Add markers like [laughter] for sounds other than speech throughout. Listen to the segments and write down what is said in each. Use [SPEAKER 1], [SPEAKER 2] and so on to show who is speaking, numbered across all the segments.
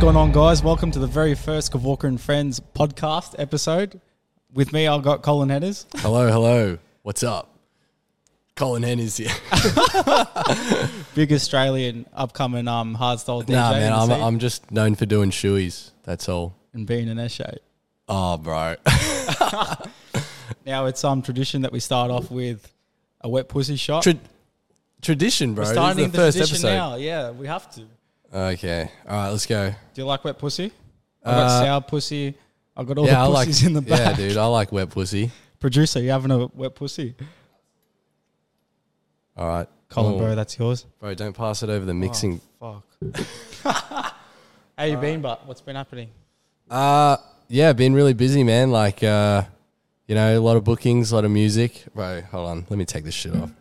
[SPEAKER 1] going on, guys? Welcome to the very first Kavorka and Friends podcast episode. With me, I've got Colin Headers.
[SPEAKER 2] Hello, hello. What's up? Colin Henn
[SPEAKER 1] [laughs]
[SPEAKER 2] is here.
[SPEAKER 1] big Australian upcoming um hardstyle DJ.
[SPEAKER 2] nah, man,
[SPEAKER 1] in the
[SPEAKER 2] I'm,
[SPEAKER 1] scene
[SPEAKER 2] I'm just known for doing shoeies. That's all.
[SPEAKER 1] and being in Eshay.
[SPEAKER 2] Oh, bro.
[SPEAKER 1] Now it's um tradition that we start off with a wet pussy shot.
[SPEAKER 2] [laughs] Tra- tradition, bro.
[SPEAKER 1] We're
[SPEAKER 2] This is
[SPEAKER 1] starting
[SPEAKER 2] the
[SPEAKER 1] the,
[SPEAKER 2] first
[SPEAKER 1] tradition
[SPEAKER 2] episode.
[SPEAKER 1] now. Yeah, we have to. Do
[SPEAKER 2] Okay. All right, let's go.
[SPEAKER 1] you like wet pussy? I got
[SPEAKER 2] Uh,
[SPEAKER 1] sour pussy. I got all
[SPEAKER 2] yeah, I
[SPEAKER 1] the
[SPEAKER 2] like.
[SPEAKER 1] pussies in the
[SPEAKER 2] [laughs] Yeah,
[SPEAKER 1] back.
[SPEAKER 2] dude, I like wet pussy.
[SPEAKER 1] Producer, you having a wet pussy?
[SPEAKER 2] All right.
[SPEAKER 1] Colin,
[SPEAKER 2] Oh,
[SPEAKER 1] bro, Oh. that's yours.
[SPEAKER 2] Bro, don't pass it over the mixing.
[SPEAKER 1] Fuck. [laughs] How you been, but what's been happening?
[SPEAKER 2] Uh, yeah, been really busy, man. Like, uh, you know, a lot of bookings, a lot of music. Bro, hold on. Let me take this shit off.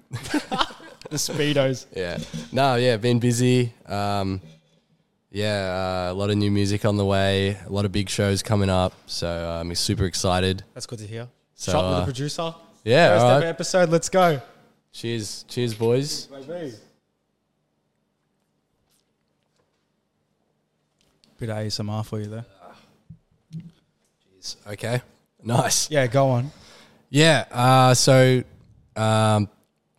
[SPEAKER 1] The speedos.
[SPEAKER 2] Yeah. No, yeah, been busy. Um, yeah, uh, a lot of new music on the way, a lot of big shows coming up. So um, I'm super excited.
[SPEAKER 1] That's good to hear.
[SPEAKER 2] So,
[SPEAKER 1] Shot with the
[SPEAKER 2] uh,
[SPEAKER 1] producer.
[SPEAKER 2] Yeah,
[SPEAKER 1] First
[SPEAKER 2] all right.
[SPEAKER 1] ever episode. Let's go.
[SPEAKER 2] Cheers. Cheers, boys.
[SPEAKER 1] Bit of ASMR for you there.
[SPEAKER 2] Okay. Nice.
[SPEAKER 1] Yeah, go on.
[SPEAKER 2] Yeah. Uh, so, um,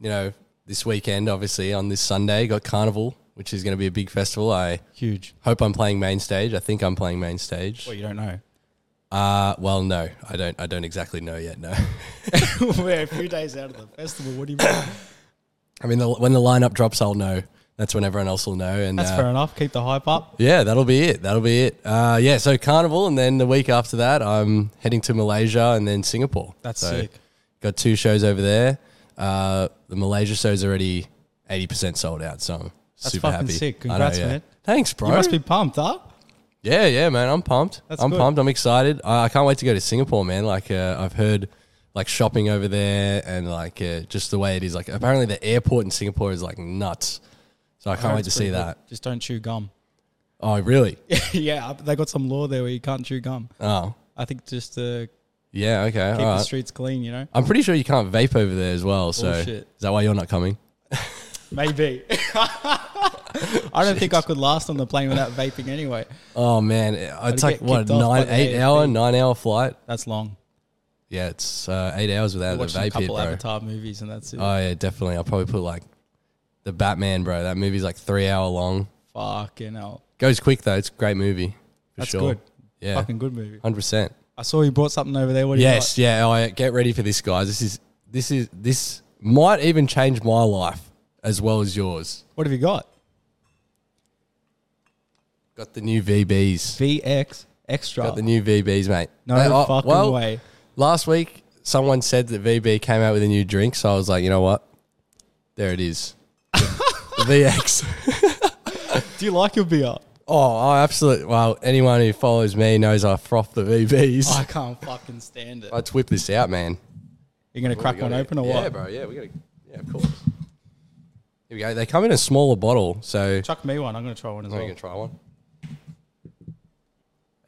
[SPEAKER 2] you know, this weekend, obviously, on this Sunday, got Carnival, which is going to be a big festival. I
[SPEAKER 1] Huge.
[SPEAKER 2] hope I'm playing main stage. I think I'm playing main stage.
[SPEAKER 1] Well, you don't know.
[SPEAKER 2] Uh, well, no, I don't. I don't exactly know yet. No.
[SPEAKER 1] [laughs]
[SPEAKER 2] [laughs]
[SPEAKER 1] We're a few days out of the festival. What do you mean?
[SPEAKER 2] I mean, the, when the lineup drops, I'll know. That's when everyone else will know. And
[SPEAKER 1] That's
[SPEAKER 2] uh,
[SPEAKER 1] fair enough. Keep the hype up.
[SPEAKER 2] Yeah, that'll be it. That'll be it. Uh, yeah, so Carnival, and then the week after that, I'm heading to Malaysia and then Singapore.
[SPEAKER 1] That's
[SPEAKER 2] So,
[SPEAKER 1] sick.
[SPEAKER 2] Got two shows over there. Uh, the Malaysia show's already 80% sold out, so I'm
[SPEAKER 1] That's
[SPEAKER 2] super
[SPEAKER 1] fucking
[SPEAKER 2] happy.
[SPEAKER 1] sick.
[SPEAKER 2] I know,
[SPEAKER 1] Congrats,
[SPEAKER 2] yeah.
[SPEAKER 1] man.
[SPEAKER 2] Thanks, bro.
[SPEAKER 1] You must be pumped, huh?
[SPEAKER 2] yeah, yeah, man. I'm pumped.
[SPEAKER 1] That's
[SPEAKER 2] I'm
[SPEAKER 1] good.
[SPEAKER 2] pumped. I'm excited. I, I can't wait to go to Singapore, man. Like, uh, I've heard like shopping over there and like uh, just the way it is. Like, apparently the airport in Singapore is like nuts. So I can't wait to see that.
[SPEAKER 1] Just don't chew [laughs] gum.
[SPEAKER 2] Oh, really?
[SPEAKER 1] [laughs] yeah, they got some law there where you can't chew gum.
[SPEAKER 2] Oh,
[SPEAKER 1] I think just to
[SPEAKER 2] yeah. Okay.
[SPEAKER 1] keep
[SPEAKER 2] all
[SPEAKER 1] the
[SPEAKER 2] right.
[SPEAKER 1] streets clean, you know?
[SPEAKER 2] I'm pretty sure you can't vape over there as
[SPEAKER 1] Oh,
[SPEAKER 2] well. So
[SPEAKER 1] Bullshit.
[SPEAKER 2] is that why you're not coming?
[SPEAKER 1] Maybe. [laughs] I
[SPEAKER 2] [laughs]
[SPEAKER 1] don't think I could last on the plane without vaping anyway.
[SPEAKER 2] Oh man, it's
[SPEAKER 1] I'd
[SPEAKER 2] like
[SPEAKER 1] get
[SPEAKER 2] what
[SPEAKER 1] kicked off by
[SPEAKER 2] nine,
[SPEAKER 1] the
[SPEAKER 2] eight
[SPEAKER 1] AFP.
[SPEAKER 2] hour, nine hour flight.
[SPEAKER 1] That's long.
[SPEAKER 2] Yeah, it's uh, eight hours without the
[SPEAKER 1] Watching a
[SPEAKER 2] vape here,
[SPEAKER 1] couple
[SPEAKER 2] bro.
[SPEAKER 1] Avatar movies and that's it.
[SPEAKER 2] Oh yeah, definitely. I'll probably put like the Batman, bro. That movie's like three hour long.
[SPEAKER 1] Fucking hell.
[SPEAKER 2] Goes quick though. It's a great movie. For
[SPEAKER 1] That's
[SPEAKER 2] sure.
[SPEAKER 1] good.
[SPEAKER 2] Yeah,
[SPEAKER 1] Fucking good movie.
[SPEAKER 2] hundred percent.
[SPEAKER 1] I saw you brought something over there. What do
[SPEAKER 2] Yes, yeah. Oh, yeah. Get ready for this, guys. This is this is this might even change my life as well as yours.
[SPEAKER 1] you got? What have you got?
[SPEAKER 2] Got the new VBs.
[SPEAKER 1] VX Extra.
[SPEAKER 2] Got the new VBs, mate.
[SPEAKER 1] Oh. no
[SPEAKER 2] They are-
[SPEAKER 1] fucking
[SPEAKER 2] well,
[SPEAKER 1] way.
[SPEAKER 2] Last week, someone said that VB came out with a new drink, so I was like, you know what? There it is. The VX.
[SPEAKER 1] Do you like your beer?
[SPEAKER 2] [laughs] Oh, I absolutely. Well, anyone who follows me knows I froth the VBs.
[SPEAKER 1] I can't fucking stand it.
[SPEAKER 2] Let's whip this out, man.
[SPEAKER 1] You're going to crack
[SPEAKER 2] We got
[SPEAKER 1] one
[SPEAKER 2] it.
[SPEAKER 1] open or
[SPEAKER 2] yeah,
[SPEAKER 1] what?
[SPEAKER 2] bro. Yeah, we got to. Yeah, of course. Here we go. They come in a smaller bottle, so
[SPEAKER 1] Chuck me one. I'm going to try one as
[SPEAKER 2] I'm
[SPEAKER 1] well.
[SPEAKER 2] gonna try one. Are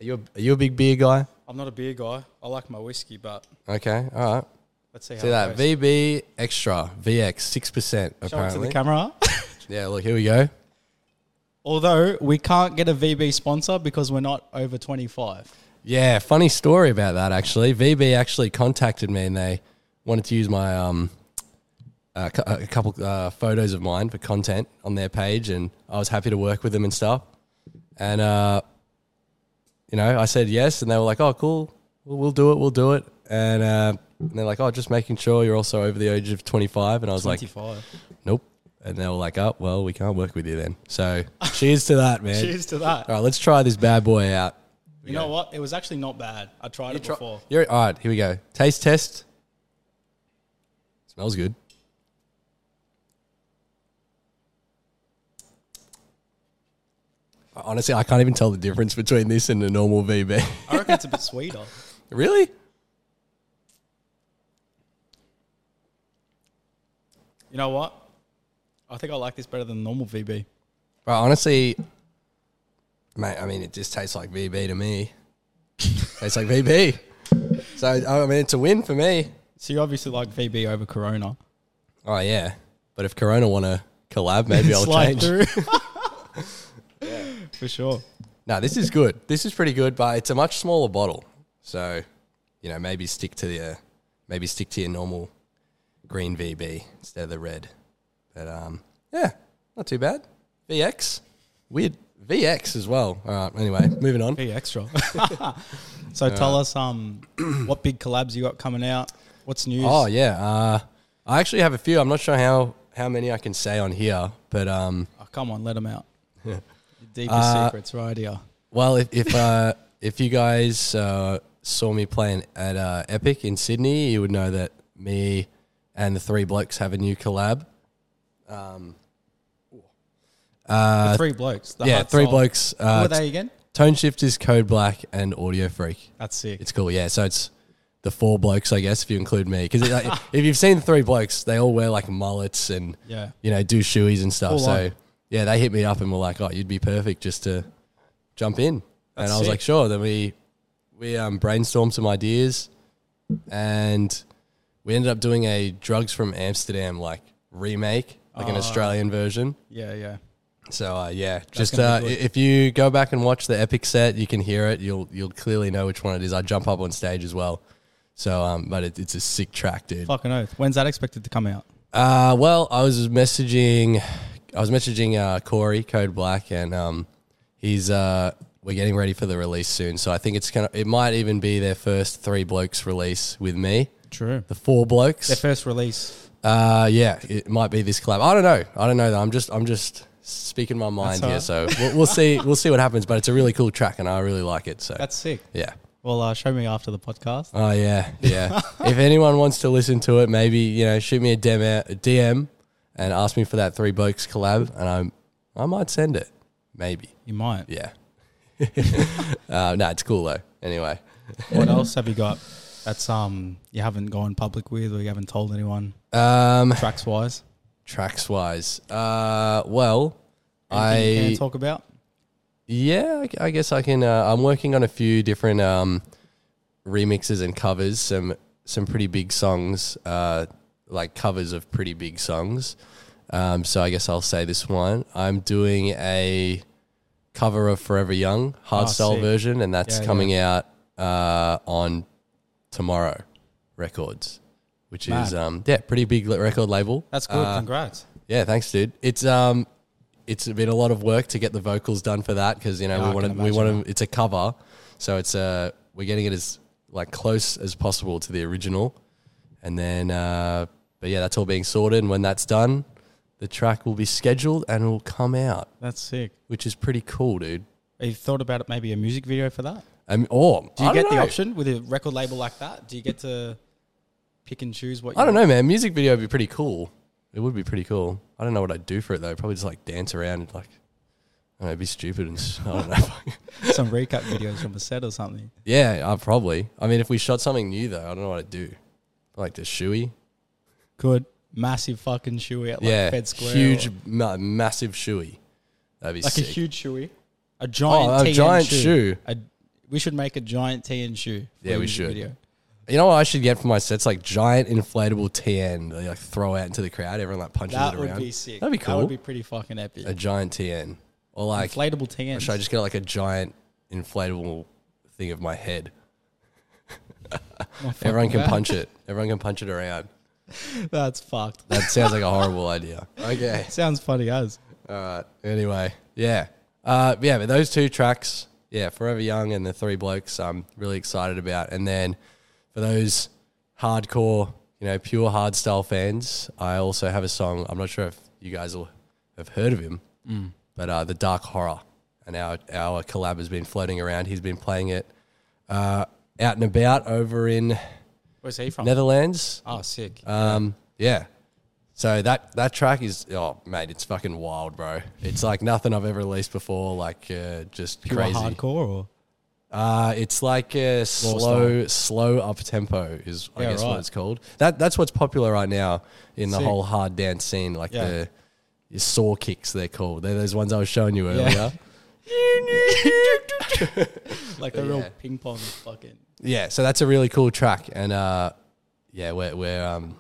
[SPEAKER 2] you a, are you a big beer guy?
[SPEAKER 1] I'm not a beer guy. I like my whiskey, but
[SPEAKER 2] Okay, all right.
[SPEAKER 1] let's see how
[SPEAKER 2] See
[SPEAKER 1] it
[SPEAKER 2] that
[SPEAKER 1] goes.
[SPEAKER 2] VB extra VX six percent
[SPEAKER 1] Show it to the
[SPEAKER 2] apparently.
[SPEAKER 1] camera. [laughs]
[SPEAKER 2] Yeah, look here we go.
[SPEAKER 1] Although we can't get a VB sponsor because we're not over 25.
[SPEAKER 2] Yeah, funny story about that actually. VB actually contacted me and they wanted to use my um uh, cou- a couple uh, photos of mine for content on their page, and I was happy to work with them and stuff. And uh, you know, I said yes, and they were like, "Oh, cool, we'll, we'll do it, we'll do it." And, uh, and they're like, "Oh, just making sure you're also over the age of 25." And I was like,
[SPEAKER 1] 25.
[SPEAKER 2] "Nope." And they were like, "Oh, well, we can't work with you then." So, cheers to that,
[SPEAKER 1] [laughs]
[SPEAKER 2] man.
[SPEAKER 1] Cheers to that.
[SPEAKER 2] All right, let's try this bad boy out.
[SPEAKER 1] You know what? It was actually not bad. I tried it
[SPEAKER 2] Try-
[SPEAKER 1] before.
[SPEAKER 2] You're, all right, here we go. Taste test. Smells good. Honestly, I can't even tell the difference between this and a normal VB.
[SPEAKER 1] I reckon it's a bit [laughs] sweeter.
[SPEAKER 2] [laughs] really?
[SPEAKER 1] You know what? I think I like this better than normal VB.
[SPEAKER 2] But honestly, mate, I mean, it just tastes like VB to me. tastes like VB. So, I mean, it's a win for me.
[SPEAKER 1] So you obviously like VB over Corona.
[SPEAKER 2] Oh, yeah. But if Corona want to collab, maybe I'll
[SPEAKER 1] Slide
[SPEAKER 2] [laughs] change.
[SPEAKER 1] through. [laughs] For sure.
[SPEAKER 2] No, this is good. This is pretty good, but it's a much smaller bottle. So, you know, maybe stick to the uh, maybe stick to your normal green VB instead of the red. But um, yeah, not too bad. VX, weird VX as well. All right. Anyway, moving on.
[SPEAKER 1] Be extra. [laughs] so tell us um, [clears throat] what big collabs you got coming out. What's news?
[SPEAKER 2] Oh yeah, uh, I actually have a few. I'm not sure how how many I can say on here, but um,
[SPEAKER 1] Oh, come on, let them
[SPEAKER 2] [laughs]
[SPEAKER 1] out. Your deepest
[SPEAKER 2] Uh,
[SPEAKER 1] secrets, right here.
[SPEAKER 2] Well, if if uh, if you guys uh, saw me playing at uh, Epic in Sydney, you would know that me and the three blokes have a new collab.
[SPEAKER 1] the three blokes. The
[SPEAKER 2] uh, yeah,
[SPEAKER 1] hard
[SPEAKER 2] three
[SPEAKER 1] soul.
[SPEAKER 2] blokes.
[SPEAKER 1] Who
[SPEAKER 2] Uh,
[SPEAKER 1] are they again?
[SPEAKER 2] Tone Shift is Code Black and Audio Freak.
[SPEAKER 1] That's sick.
[SPEAKER 2] It's cool. Yeah, so it's the four blokes, I guess, if you include me, because like,
[SPEAKER 1] [laughs]
[SPEAKER 2] if you've seen the three blokes, they all wear like mullets and
[SPEAKER 1] Yeah.
[SPEAKER 2] you know do shoeies and stuff.
[SPEAKER 1] Full
[SPEAKER 2] so
[SPEAKER 1] on.
[SPEAKER 2] yeah, they hit me up and were like, "Oh, you'd be perfect just to jump in," and
[SPEAKER 1] That's
[SPEAKER 2] I was
[SPEAKER 1] sick.
[SPEAKER 2] like, "Sure." Then we we um, brainstormed some ideas, and we ended up doing a Drugs from Amsterdam like remake, like
[SPEAKER 1] Ah.
[SPEAKER 2] an Australian version.
[SPEAKER 1] yeah, yeah.
[SPEAKER 2] So uh, yeah, just
[SPEAKER 1] gonna
[SPEAKER 2] uh,
[SPEAKER 1] be
[SPEAKER 2] i-
[SPEAKER 1] good.
[SPEAKER 2] if you go back and watch the epic set, you can hear it. You'll you'll clearly know which one it is. I jump up on stage as well. So, um, but it, it's a sick track, dude.
[SPEAKER 1] Fucking oath. When's that expected to come out?
[SPEAKER 2] Uh, well, I was messaging, I was messaging uh, Corey Code Black, and um, he's uh, we're getting ready for the release soon. So I think it's gonna, it might even be their first three blokes release with me,
[SPEAKER 1] True.
[SPEAKER 2] the four blokes.
[SPEAKER 1] Their first release.
[SPEAKER 2] Uh, yeah, it might be this collab. I don't know. I don't know. Though. I'm just I'm just speaking my mind here.
[SPEAKER 1] That's
[SPEAKER 2] So we'll, we'll see we'll see what happens. But it's a really cool track, and I really like it. So
[SPEAKER 1] That's sick.
[SPEAKER 2] yeah.
[SPEAKER 1] Well, uh, show me after the podcast.
[SPEAKER 2] Oh yeah,
[SPEAKER 1] [laughs]
[SPEAKER 2] yeah. if anyone wants to listen to it, maybe you know, shoot me a DM, a DM, and ask me for that three blokes collab, and I I might send it. Maybe.
[SPEAKER 1] You might.
[SPEAKER 2] Yeah. [laughs] uh, no, it's cool though. Anyway.
[SPEAKER 1] What else have you got? That's um you haven't gone public with or you haven't told anyone
[SPEAKER 2] Um,
[SPEAKER 1] tracks wise.
[SPEAKER 2] tracks wise, uh, well, I
[SPEAKER 1] Anything you can talk about.
[SPEAKER 2] Yeah, I g- I guess I can. Uh, I'm working on a few different um, remixes and covers. Some some pretty big songs, uh, like covers of pretty big songs. Um, so I guess I'll say this one. I'm doing a cover of Forever Young hardstyle
[SPEAKER 1] Oh, sick.
[SPEAKER 2] version, and that's
[SPEAKER 1] Yeah,
[SPEAKER 2] coming out uh, on Tomorrow Records, which is
[SPEAKER 1] Mad.
[SPEAKER 2] um, yeah, pretty big li- record label. Uh,
[SPEAKER 1] That's good. Congrats.
[SPEAKER 2] Yeah, thanks, dude. It's um, it's been a lot of work to get the vocals done for that because you know
[SPEAKER 1] Yeah, I
[SPEAKER 2] we want to
[SPEAKER 1] can
[SPEAKER 2] we
[SPEAKER 1] imagine
[SPEAKER 2] want to. It's a cover, so it's uh we're getting it as like close as possible to the original, and then uh, but yeah, that's all being sorted, and when that's done, the track will be scheduled and will come out,
[SPEAKER 1] That's sick.
[SPEAKER 2] which is pretty cool, dude.
[SPEAKER 1] Have you thought about it, maybe a music video for that?
[SPEAKER 2] Um, or
[SPEAKER 1] Do you
[SPEAKER 2] I
[SPEAKER 1] get
[SPEAKER 2] don't
[SPEAKER 1] the
[SPEAKER 2] know.
[SPEAKER 1] option with a record label like that? Do you get to pick and choose what you
[SPEAKER 2] I don't know, man. Music video would be pretty cool. It would be pretty cool. I don't know what I'd do for it though. Probably just like dance around and like, I don't know, be stupid and s- I don't know.
[SPEAKER 1] know. Some recap videos from a set or something.
[SPEAKER 2] Yeah, uh, probably. I mean, if we shot something new though, I don't know what I'd do. Like the shoey.
[SPEAKER 1] Good. Massive fucking shoey at like
[SPEAKER 2] yeah,
[SPEAKER 1] Fed Square.
[SPEAKER 2] huge,
[SPEAKER 1] or-
[SPEAKER 2] ma- massive shoey. That'd be
[SPEAKER 1] like
[SPEAKER 2] sick. Oh,
[SPEAKER 1] a huge shoey. A giant
[SPEAKER 2] a
[SPEAKER 1] TN
[SPEAKER 2] giant shoe.
[SPEAKER 1] A, we should make a giant T and shoe. for
[SPEAKER 2] Yeah,
[SPEAKER 1] a
[SPEAKER 2] we
[SPEAKER 1] music
[SPEAKER 2] should.
[SPEAKER 1] Video.
[SPEAKER 2] you know what I should get for my sets? Like giant inflatable TN. They like throw out into the crowd. Everyone like punches
[SPEAKER 1] That
[SPEAKER 2] it
[SPEAKER 1] would
[SPEAKER 2] around.
[SPEAKER 1] be sick.
[SPEAKER 2] That'd be
[SPEAKER 1] That
[SPEAKER 2] cool.
[SPEAKER 1] would be pretty fucking epic.
[SPEAKER 2] a giant TN. Or like,
[SPEAKER 1] Inflatable TN.
[SPEAKER 2] should I just get like a giant inflatable thing of my head? Everyone can punch it. Everyone can punch it around.
[SPEAKER 1] [laughs] That's fucked.
[SPEAKER 2] That sounds like a horrible idea.
[SPEAKER 1] [laughs]
[SPEAKER 2] Okay.
[SPEAKER 1] Sounds funny as.
[SPEAKER 2] All right. Anyway, yeah, uh, yeah, but those two tracks, yeah, Forever Young and the Three Blokes, I'm really excited about. And then for those hardcore, you know, pure hardstyle fans, I also have a song. I'm not sure if you guys will have heard of him, but uh, the Dark Horror, and our our collab has been floating around. He's been playing it uh, out and about over in
[SPEAKER 1] Where's he from?
[SPEAKER 2] Netherlands.
[SPEAKER 1] Oh, sick.
[SPEAKER 2] Um, yeah. So that that track is oh mate, it's fucking wild, bro. It's like nothing I've ever released before. Like uh, just
[SPEAKER 1] Pure
[SPEAKER 2] crazy.
[SPEAKER 1] hardcore or
[SPEAKER 2] Uh, it's like a slow slow up tempo is I
[SPEAKER 1] Yeah,
[SPEAKER 2] guess
[SPEAKER 1] right.
[SPEAKER 2] what it's called. That that's what's popular right now in the
[SPEAKER 1] Sick.
[SPEAKER 2] whole hard dance scene. Like
[SPEAKER 1] Yeah.
[SPEAKER 2] the your saw kicks they're called. They're those ones I was showing you earlier. Yeah.
[SPEAKER 1] [laughs] like a real
[SPEAKER 2] Yeah.
[SPEAKER 1] ping pong fucking.
[SPEAKER 2] so that's a really cool track, and uh, yeah, we're we're um,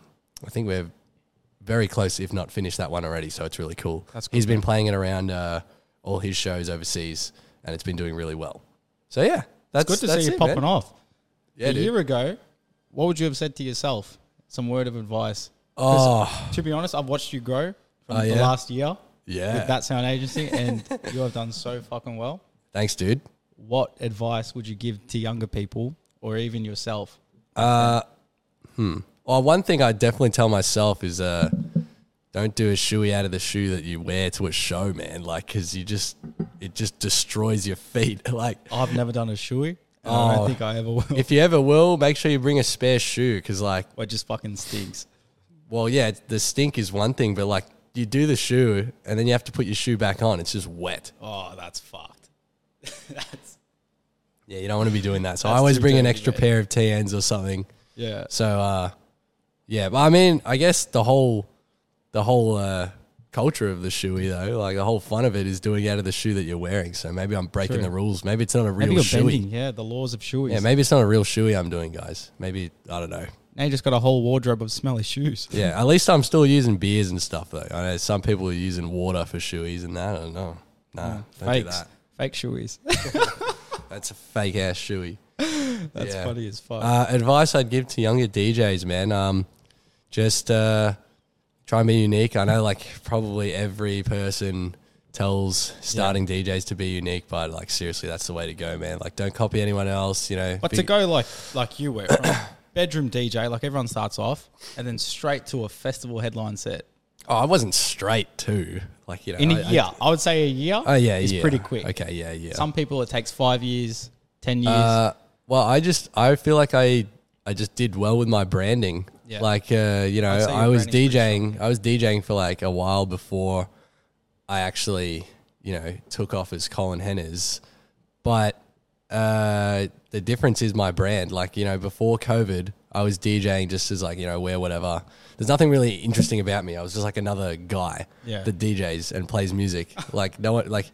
[SPEAKER 2] I think we're very close, if not finished that one already. So it's really cool.
[SPEAKER 1] That's
[SPEAKER 2] He's been playing it around uh, all his shows overseas, and it's been doing really well. So yeah, that's
[SPEAKER 1] Good to
[SPEAKER 2] that's
[SPEAKER 1] see you
[SPEAKER 2] it,
[SPEAKER 1] popping
[SPEAKER 2] man.
[SPEAKER 1] off.
[SPEAKER 2] Yeah,
[SPEAKER 1] a
[SPEAKER 2] dude.
[SPEAKER 1] year ago, what would you have said to yourself? Some word of advice. 'Cause
[SPEAKER 2] Oh,
[SPEAKER 1] To be honest, I've watched you grow from
[SPEAKER 2] Oh,
[SPEAKER 1] the
[SPEAKER 2] yeah?
[SPEAKER 1] last year
[SPEAKER 2] yeah.
[SPEAKER 1] with that sound agency, and [laughs] you have done so fucking well.
[SPEAKER 2] Thanks, dude.
[SPEAKER 1] What advice would you give to younger people or even yourself?
[SPEAKER 2] Well, Oh, one thing I definitely tell myself is, uh, don't do a shoey out of the shoe that you wear to a show, man. Like, cause you just, it just destroys your feet. [laughs] Like,
[SPEAKER 1] I've never done a shoey. and I
[SPEAKER 2] Oh.
[SPEAKER 1] don't think I ever [laughs] will.
[SPEAKER 2] if you ever will, make sure you bring a spare shoe. Cause like,
[SPEAKER 1] It just fucking stinks.
[SPEAKER 2] well, yeah, it's- the stink is one thing, but like you do the shoe and then you have to put your shoe back on. It's just wet.
[SPEAKER 1] Oh, that's fucked. that's
[SPEAKER 2] Yeah, you don't want to be doing that. So I
[SPEAKER 1] That's
[SPEAKER 2] always
[SPEAKER 1] too
[SPEAKER 2] bring an
[SPEAKER 1] dirty,
[SPEAKER 2] extra
[SPEAKER 1] mate.
[SPEAKER 2] pair of TNs or something.
[SPEAKER 1] yeah.
[SPEAKER 2] So uh yeah, but I mean, I guess the whole the whole uh culture of the shoey though, like the whole fun of it is doing it out of the shoe that you're wearing. So maybe I'm breaking
[SPEAKER 1] True.
[SPEAKER 2] the rules. Maybe it's not a real
[SPEAKER 1] Maybe you're
[SPEAKER 2] shoey.
[SPEAKER 1] bending, yeah, the laws of shoes.
[SPEAKER 2] Yeah, maybe it's not a real shoey I'm doing, guys. Maybe I don't know.
[SPEAKER 1] now you just got a whole wardrobe of smelly shoes.
[SPEAKER 2] Yeah, at least I'm still using beers and stuff though. I know some people are using water for shoeys and that. I don't know. Nah, don't do
[SPEAKER 1] Fakes.
[SPEAKER 2] that.
[SPEAKER 1] Fake shoes.
[SPEAKER 2] That's a fake ass shoey.
[SPEAKER 1] [laughs] That's
[SPEAKER 2] Yeah.
[SPEAKER 1] funny as fuck.
[SPEAKER 2] Uh, advice I'd give to younger DJs, man. Um, just uh, try and be unique. I know, like, probably every person tells starting DJs to be unique, but like, seriously, that's the way to go, man. Like, don't copy anyone else. You know,
[SPEAKER 1] But
[SPEAKER 2] be-
[SPEAKER 1] to go like like you were from [coughs] bedroom DJ, like everyone starts off and then straight to a festival headline set.
[SPEAKER 2] oh, I wasn't straight too. Like, you know,
[SPEAKER 1] In a
[SPEAKER 2] I- Uh, I-
[SPEAKER 1] year, I, would say a year.
[SPEAKER 2] oh yeah,
[SPEAKER 1] is
[SPEAKER 2] yeah.
[SPEAKER 1] pretty quick.
[SPEAKER 2] Okay, yeah, yeah.
[SPEAKER 1] Some people it takes five years, ten years.
[SPEAKER 2] Uh, well, I just I feel like I I just did well with my branding.
[SPEAKER 1] Yeah.
[SPEAKER 2] Like uh, you know,
[SPEAKER 1] I'd say your
[SPEAKER 2] I was
[SPEAKER 1] branding's pretty
[SPEAKER 2] DJing. I was DJing for like a while before I actually you know took off as Colin Henners. But uh, the difference is my brand. Like you know, before COVID, I was DJing just as like you know wear whatever. There's nothing really interesting about me. I was just like another guy
[SPEAKER 1] Yeah.
[SPEAKER 2] that DJs and plays music. like no one like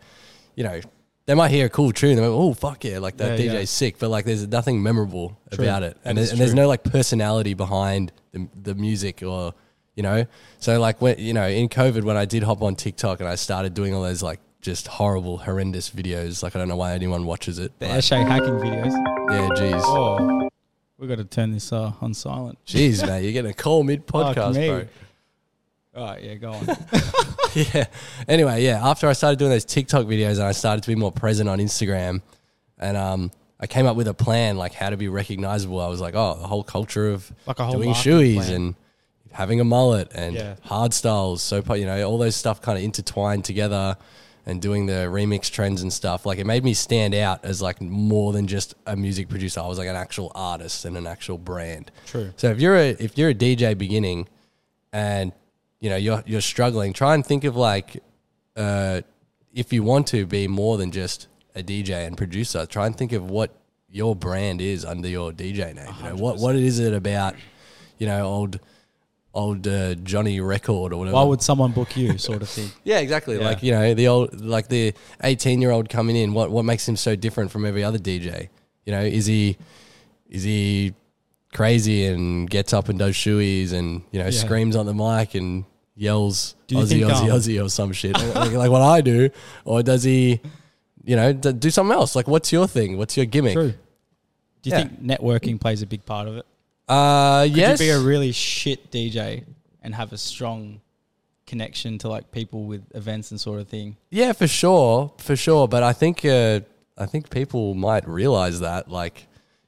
[SPEAKER 2] you know. They might hear a cool tune. They're like, "Oh fuck yeah!" Like that
[SPEAKER 1] Yeah,
[SPEAKER 2] DJ's
[SPEAKER 1] yeah.
[SPEAKER 2] sick, but like there's nothing memorable about it, and,
[SPEAKER 1] That
[SPEAKER 2] there-
[SPEAKER 1] is
[SPEAKER 2] and there's
[SPEAKER 1] true.
[SPEAKER 2] no like personality behind the, the music or you know. So like when you know in COVID when I did hop on TikTok and I started doing all those like just horrible, horrendous videos. Like I don't know why anyone watches it.
[SPEAKER 1] the
[SPEAKER 2] Like,
[SPEAKER 1] Eshay hacking videos.
[SPEAKER 2] yeah, jeez,
[SPEAKER 1] Oh, we got to turn this uh, on silent.
[SPEAKER 2] jeez, man, you're getting a call mid
[SPEAKER 1] Fuck
[SPEAKER 2] podcast,
[SPEAKER 1] me.
[SPEAKER 2] bro.
[SPEAKER 1] All right, yeah, go on.
[SPEAKER 2] [laughs] yeah. Anyway, yeah. After I started doing those TikTok videos and I started to be more present on Instagram, and um, I came up with a plan like how to be recognizable. I was like, oh, the whole culture of
[SPEAKER 1] Like a whole
[SPEAKER 2] doing
[SPEAKER 1] marketing
[SPEAKER 2] shoeys
[SPEAKER 1] plan.
[SPEAKER 2] and having a mullet and
[SPEAKER 1] Yeah.
[SPEAKER 2] hard styles, so po- you know all those stuff kind of intertwined together. And doing the remix trends and stuff, like it made me stand out as like more than just a music producer. I was like an actual artist and an actual brand.
[SPEAKER 1] True.
[SPEAKER 2] So if you're a if you're a DJ beginning, and you know you're you're struggling, try and think of like, uh, if you want to be more than just a DJ and producer, try and think of what your brand is under your DJ name. You know, what what is it about? You know, old old uh, Johnny Record or whatever.
[SPEAKER 1] Why would someone book you, sort of thing?
[SPEAKER 2] Yeah, exactly. Like you know, the old like the eighteen year old coming in. What what makes him so different from every other DJ? You know, is he is he crazy and gets up and does shoeys and you know screams on the mic and yells
[SPEAKER 1] you
[SPEAKER 2] Aussie
[SPEAKER 1] think,
[SPEAKER 2] Aussie
[SPEAKER 1] um,
[SPEAKER 2] Aussie or some
[SPEAKER 1] [laughs]
[SPEAKER 2] shit like, like what I do, or does he? You know, d- do something else. Like, what's your thing? What's your gimmick?
[SPEAKER 1] True. Do you
[SPEAKER 2] Yeah.
[SPEAKER 1] think networking plays a big part of it?
[SPEAKER 2] Uh,
[SPEAKER 1] Could
[SPEAKER 2] yes.
[SPEAKER 1] you be a really shit DJ and have a strong connection to like people with events and sort of thing?
[SPEAKER 2] Yeah, for sure, for sure. But I think uh, I think people might realize that, like,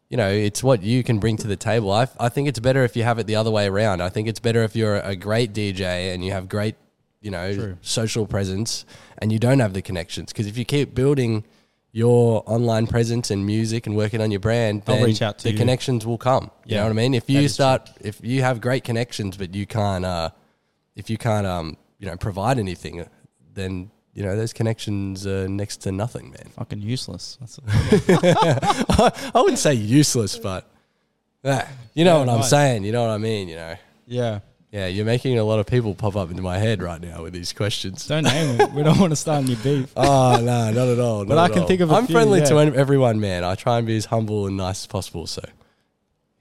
[SPEAKER 2] you know, it's what you can bring to the table. I, I think it's better if you have it the other way around. I think it's better if you're a great DJ and you have great, you know, social presence, and you don't have the connections. Because if you keep building your online presence and music and working on your brand,
[SPEAKER 1] I'll
[SPEAKER 2] then
[SPEAKER 1] reach out to
[SPEAKER 2] the
[SPEAKER 1] you.
[SPEAKER 2] connections will come. You
[SPEAKER 1] Yeah,
[SPEAKER 2] know what I mean? If you
[SPEAKER 1] is
[SPEAKER 2] start, if you have great connections, but you can't, uh, if you can't, um, you know, provide anything, then you know those connections are next to nothing, man.
[SPEAKER 1] Fucking useless. That's
[SPEAKER 2] I wouldn't say useless, but ah, you know
[SPEAKER 1] Yeah,
[SPEAKER 2] what I'm
[SPEAKER 1] right.
[SPEAKER 2] saying. You know what I mean. You know,
[SPEAKER 1] yeah.
[SPEAKER 2] yeah, you're making a lot of people pop up into my head right now with these questions.
[SPEAKER 1] Don't name it. We don't want to start any [laughs] beef.
[SPEAKER 2] [laughs] Oh no, not at all.
[SPEAKER 1] But I can think of a
[SPEAKER 2] I'm
[SPEAKER 1] few,
[SPEAKER 2] friendly to
[SPEAKER 1] yeah.
[SPEAKER 2] en- everyone, man. I try and be as humble and nice as possible. So,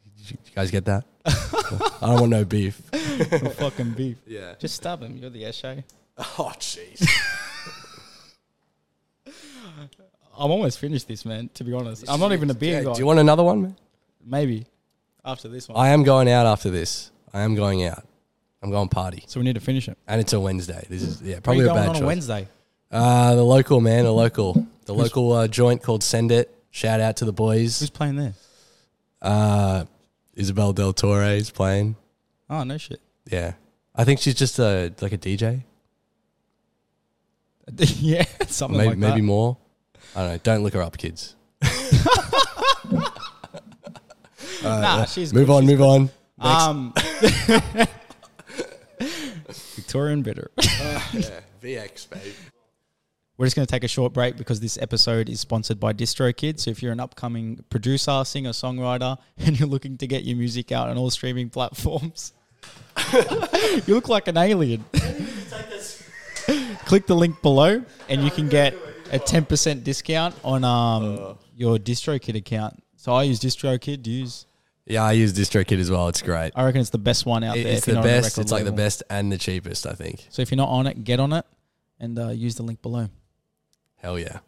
[SPEAKER 2] you you guys [laughs] get that? I don't want no beef.
[SPEAKER 1] for fucking beef.
[SPEAKER 2] Yeah.
[SPEAKER 1] Just stab him. You're the SHA.
[SPEAKER 2] Oh jeez.
[SPEAKER 1] I'm almost finished this, man. To be honest, I'm not even a beer
[SPEAKER 2] Yeah,
[SPEAKER 1] guy.
[SPEAKER 2] do you want another one, man?
[SPEAKER 1] Maybe after this one.
[SPEAKER 2] I am going out after this. I am going out. I'm going party,
[SPEAKER 1] so we need to finish it.
[SPEAKER 2] and it's a Wednesday. This is yeah,
[SPEAKER 1] Probably
[SPEAKER 2] probably a
[SPEAKER 1] going
[SPEAKER 2] bad
[SPEAKER 1] on
[SPEAKER 2] choice.
[SPEAKER 1] a Wednesday.
[SPEAKER 2] Uh, the local man, the local, the local uh, joint called Send It. Shout out to the
[SPEAKER 1] Who's
[SPEAKER 2] boys.
[SPEAKER 1] playing there?
[SPEAKER 2] Uh, Isabel Del Torre is playing.
[SPEAKER 1] Oh no shit. [laughs]
[SPEAKER 2] Yeah, I think she's just a like a DJ,
[SPEAKER 1] yeah, something
[SPEAKER 2] maybe,
[SPEAKER 1] like
[SPEAKER 2] maybe
[SPEAKER 1] that.
[SPEAKER 2] more. I don't know. Don't look her up, kids.
[SPEAKER 1] nah, she's
[SPEAKER 2] move
[SPEAKER 1] good,
[SPEAKER 2] on,
[SPEAKER 1] she's
[SPEAKER 2] move on.
[SPEAKER 1] good. Um, [laughs] Victorian bitter.
[SPEAKER 2] VX, babe.
[SPEAKER 1] We're just going to take a short break because this episode is sponsored by DistroKid. So if you're an upcoming producer, singer, songwriter, [laughs] and you're looking to get your music out on all streaming platforms, [laughs] you look like an alien. Click the link below, and you can get a 10% discount on
[SPEAKER 2] Uh.
[SPEAKER 1] um, your DistroKid account. So I use DistroKid. Do you use?
[SPEAKER 2] Yeah, I use DistroKid as well. It's great.
[SPEAKER 1] I reckon it's the best one out
[SPEAKER 2] It-
[SPEAKER 1] there.
[SPEAKER 2] it's
[SPEAKER 1] if you're not
[SPEAKER 2] the
[SPEAKER 1] on a
[SPEAKER 2] best.
[SPEAKER 1] record
[SPEAKER 2] It's like the
[SPEAKER 1] label.
[SPEAKER 2] best and the cheapest. I think.
[SPEAKER 1] So if you're not on it, get on it, and uh, use the link below.
[SPEAKER 2] Hell yeah.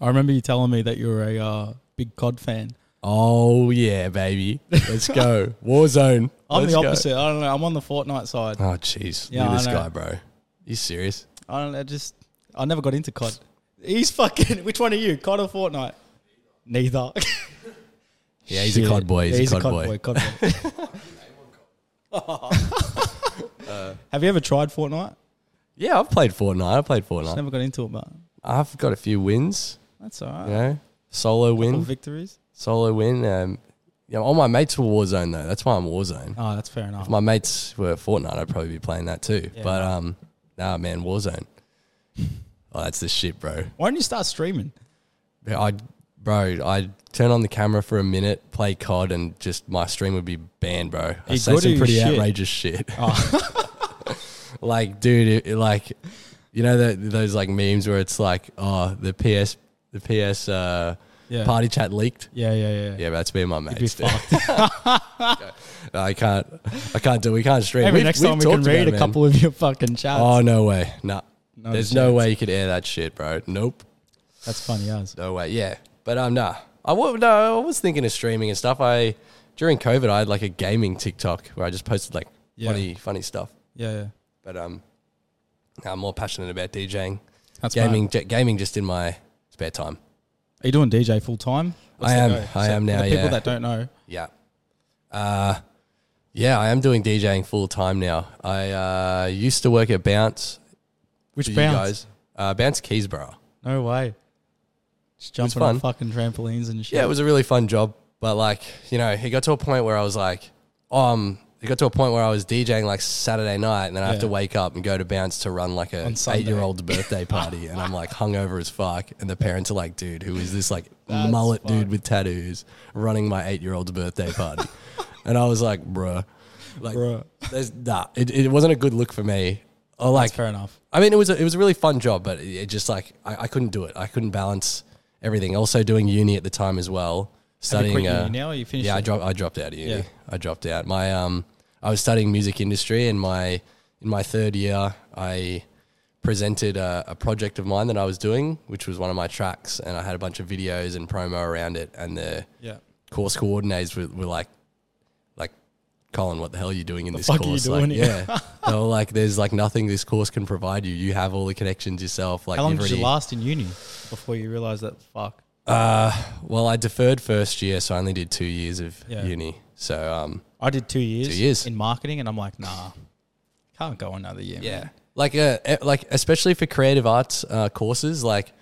[SPEAKER 1] I remember you telling me that you're a uh, big COD fan.
[SPEAKER 2] Oh yeah, baby. Let's
[SPEAKER 1] [laughs]
[SPEAKER 2] go. Warzone.
[SPEAKER 1] I'm
[SPEAKER 2] Let's
[SPEAKER 1] the
[SPEAKER 2] go.
[SPEAKER 1] opposite. I don't know. I'm on the Fortnite side.
[SPEAKER 2] Oh jeez.
[SPEAKER 1] Yeah,
[SPEAKER 2] Look
[SPEAKER 1] I
[SPEAKER 2] at this
[SPEAKER 1] know.
[SPEAKER 2] guy, bro. You serious?
[SPEAKER 1] I don't know. Just I never got into COD. He's fucking. [laughs] Which one are you, COD or Fortnite? Neither. [laughs]
[SPEAKER 2] Yeah, he's a
[SPEAKER 1] Shit.
[SPEAKER 2] COD boy. He's,
[SPEAKER 1] Yeah,
[SPEAKER 2] a, COD boy.
[SPEAKER 1] COD boy.
[SPEAKER 2] [laughs]
[SPEAKER 1] [laughs] Have you ever tried Fortnite?
[SPEAKER 2] Yeah, I've played Fortnite. I played Fortnite.
[SPEAKER 1] Just never got into it, but
[SPEAKER 2] I've got a few wins.
[SPEAKER 1] that's all right.
[SPEAKER 2] You know, solo
[SPEAKER 1] All
[SPEAKER 2] win,
[SPEAKER 1] victories.
[SPEAKER 2] solo win. Um, yeah, all my mates were Warzone though. That's why I'm Warzone.
[SPEAKER 1] Oh, that's fair enough.
[SPEAKER 2] If my mates were Fortnite, I'd probably be playing that too.
[SPEAKER 1] Yeah.
[SPEAKER 2] But um, nah, man, Warzone. oh, that's the shit, bro.
[SPEAKER 1] Why don't you start streaming?
[SPEAKER 2] I, bro, I'd turn on the camera for a minute, play COD, and just my stream would be banned, bro. I
[SPEAKER 1] You
[SPEAKER 2] say
[SPEAKER 1] good or
[SPEAKER 2] some
[SPEAKER 1] you
[SPEAKER 2] pretty
[SPEAKER 1] shit? Oh.
[SPEAKER 2] outrageous shit.
[SPEAKER 1] [laughs]
[SPEAKER 2] [laughs] like, dude, it, it, like, you know the, those like memes where it's like, oh, the PS, the PS uh,
[SPEAKER 1] Yeah.
[SPEAKER 2] party chat leaked.
[SPEAKER 1] Yeah, yeah, yeah.
[SPEAKER 2] Yeah, but that's me and my
[SPEAKER 1] Be
[SPEAKER 2] mates. dude.
[SPEAKER 1] fucked.
[SPEAKER 2] [laughs] No, I can't, I can't do. We can't stream.
[SPEAKER 1] Maybe
[SPEAKER 2] We've-
[SPEAKER 1] next
[SPEAKER 2] we've
[SPEAKER 1] time we can
[SPEAKER 2] talked about
[SPEAKER 1] read
[SPEAKER 2] it,
[SPEAKER 1] a
[SPEAKER 2] man.
[SPEAKER 1] couple of your fucking chats.
[SPEAKER 2] Oh no way, nah.
[SPEAKER 1] Not a
[SPEAKER 2] There's no
[SPEAKER 1] chance.
[SPEAKER 2] way you could air that shit, bro. Nope.
[SPEAKER 1] That's funny as.
[SPEAKER 2] No way, yeah. But um, nah. I wa- no, I was thinking of streaming and stuff. I during COVID, I had like a gaming TikTok where I just posted like
[SPEAKER 1] Yeah.
[SPEAKER 2] funny, funny stuff.
[SPEAKER 1] Yeah, yeah.
[SPEAKER 2] But um, nah, I'm more passionate about DJing.
[SPEAKER 1] That's
[SPEAKER 2] gaming, j- gaming, just in my spare time.
[SPEAKER 1] Are you doing DJ full time?
[SPEAKER 2] I am. I am now,
[SPEAKER 1] For the people
[SPEAKER 2] yeah.
[SPEAKER 1] that don't know,
[SPEAKER 2] Yeah. Uh, yeah, I am doing DJing full time now. I uh, used to work at Bounce.
[SPEAKER 1] which
[SPEAKER 2] for
[SPEAKER 1] bounce?
[SPEAKER 2] you guys. Uh, Bounce Keysborough.
[SPEAKER 1] No way. Just
[SPEAKER 2] was
[SPEAKER 1] jumping on
[SPEAKER 2] fun.
[SPEAKER 1] fucking trampolines and shit.
[SPEAKER 2] Yeah, it was a really fun job, but like you know, it got to a point where I was like, um, it got to a point where I was DJing like Saturday night, and then I have
[SPEAKER 1] Yeah.
[SPEAKER 2] to wake up and go to bounce to run like a
[SPEAKER 1] On Sunday.
[SPEAKER 2] eight year old's birthday party, and I'm like hungover as fuck, and the parents are like, dude, who is this like
[SPEAKER 1] That's
[SPEAKER 2] mullet
[SPEAKER 1] fun.
[SPEAKER 2] dude with tattoos running my eight year old's birthday
[SPEAKER 1] [laughs]
[SPEAKER 2] party? and I was like, bruh, like,
[SPEAKER 1] Bruh.
[SPEAKER 2] there's nah, it, it wasn't a good look for me. Or like,
[SPEAKER 1] That's fair enough.
[SPEAKER 2] I mean, it was a, it was a really fun job, but it, it just like I, I couldn't do it. I couldn't balance everything. Also, doing uni at the time as well,
[SPEAKER 1] Have you
[SPEAKER 2] studying.
[SPEAKER 1] quit
[SPEAKER 2] uh,
[SPEAKER 1] uni now? Or you finished?
[SPEAKER 2] yeah, I
[SPEAKER 1] it?
[SPEAKER 2] dropped. I dropped out of uni.
[SPEAKER 1] Yeah.
[SPEAKER 2] I dropped out. My um, I was studying music industry, and my in my third year, I presented a, a project of mine that I was doing, which was one of my tracks, and I had a bunch of videos and promo around it, and the
[SPEAKER 1] yeah.
[SPEAKER 2] course coordinators were, were like, like, Colin, what the hell are you doing in this
[SPEAKER 1] fuck are you
[SPEAKER 2] course?
[SPEAKER 1] doing
[SPEAKER 2] like,
[SPEAKER 1] here? [laughs]
[SPEAKER 2] yeah, they were like, there's like nothing this course can provide you. You have all the connections yourself. Like,
[SPEAKER 1] How long
[SPEAKER 2] you've
[SPEAKER 1] did you
[SPEAKER 2] already-
[SPEAKER 1] last in uni before you realized that? Fuck.
[SPEAKER 2] Well, I deferred first year, so I only did two years of
[SPEAKER 1] Yeah.
[SPEAKER 2] uni. So, um,
[SPEAKER 1] I did two years.
[SPEAKER 2] Two years.
[SPEAKER 1] in marketing, and I'm like, nah, can't go another year.
[SPEAKER 2] yeah,
[SPEAKER 1] man.
[SPEAKER 2] like, uh, e- like especially for creative arts uh, courses, like.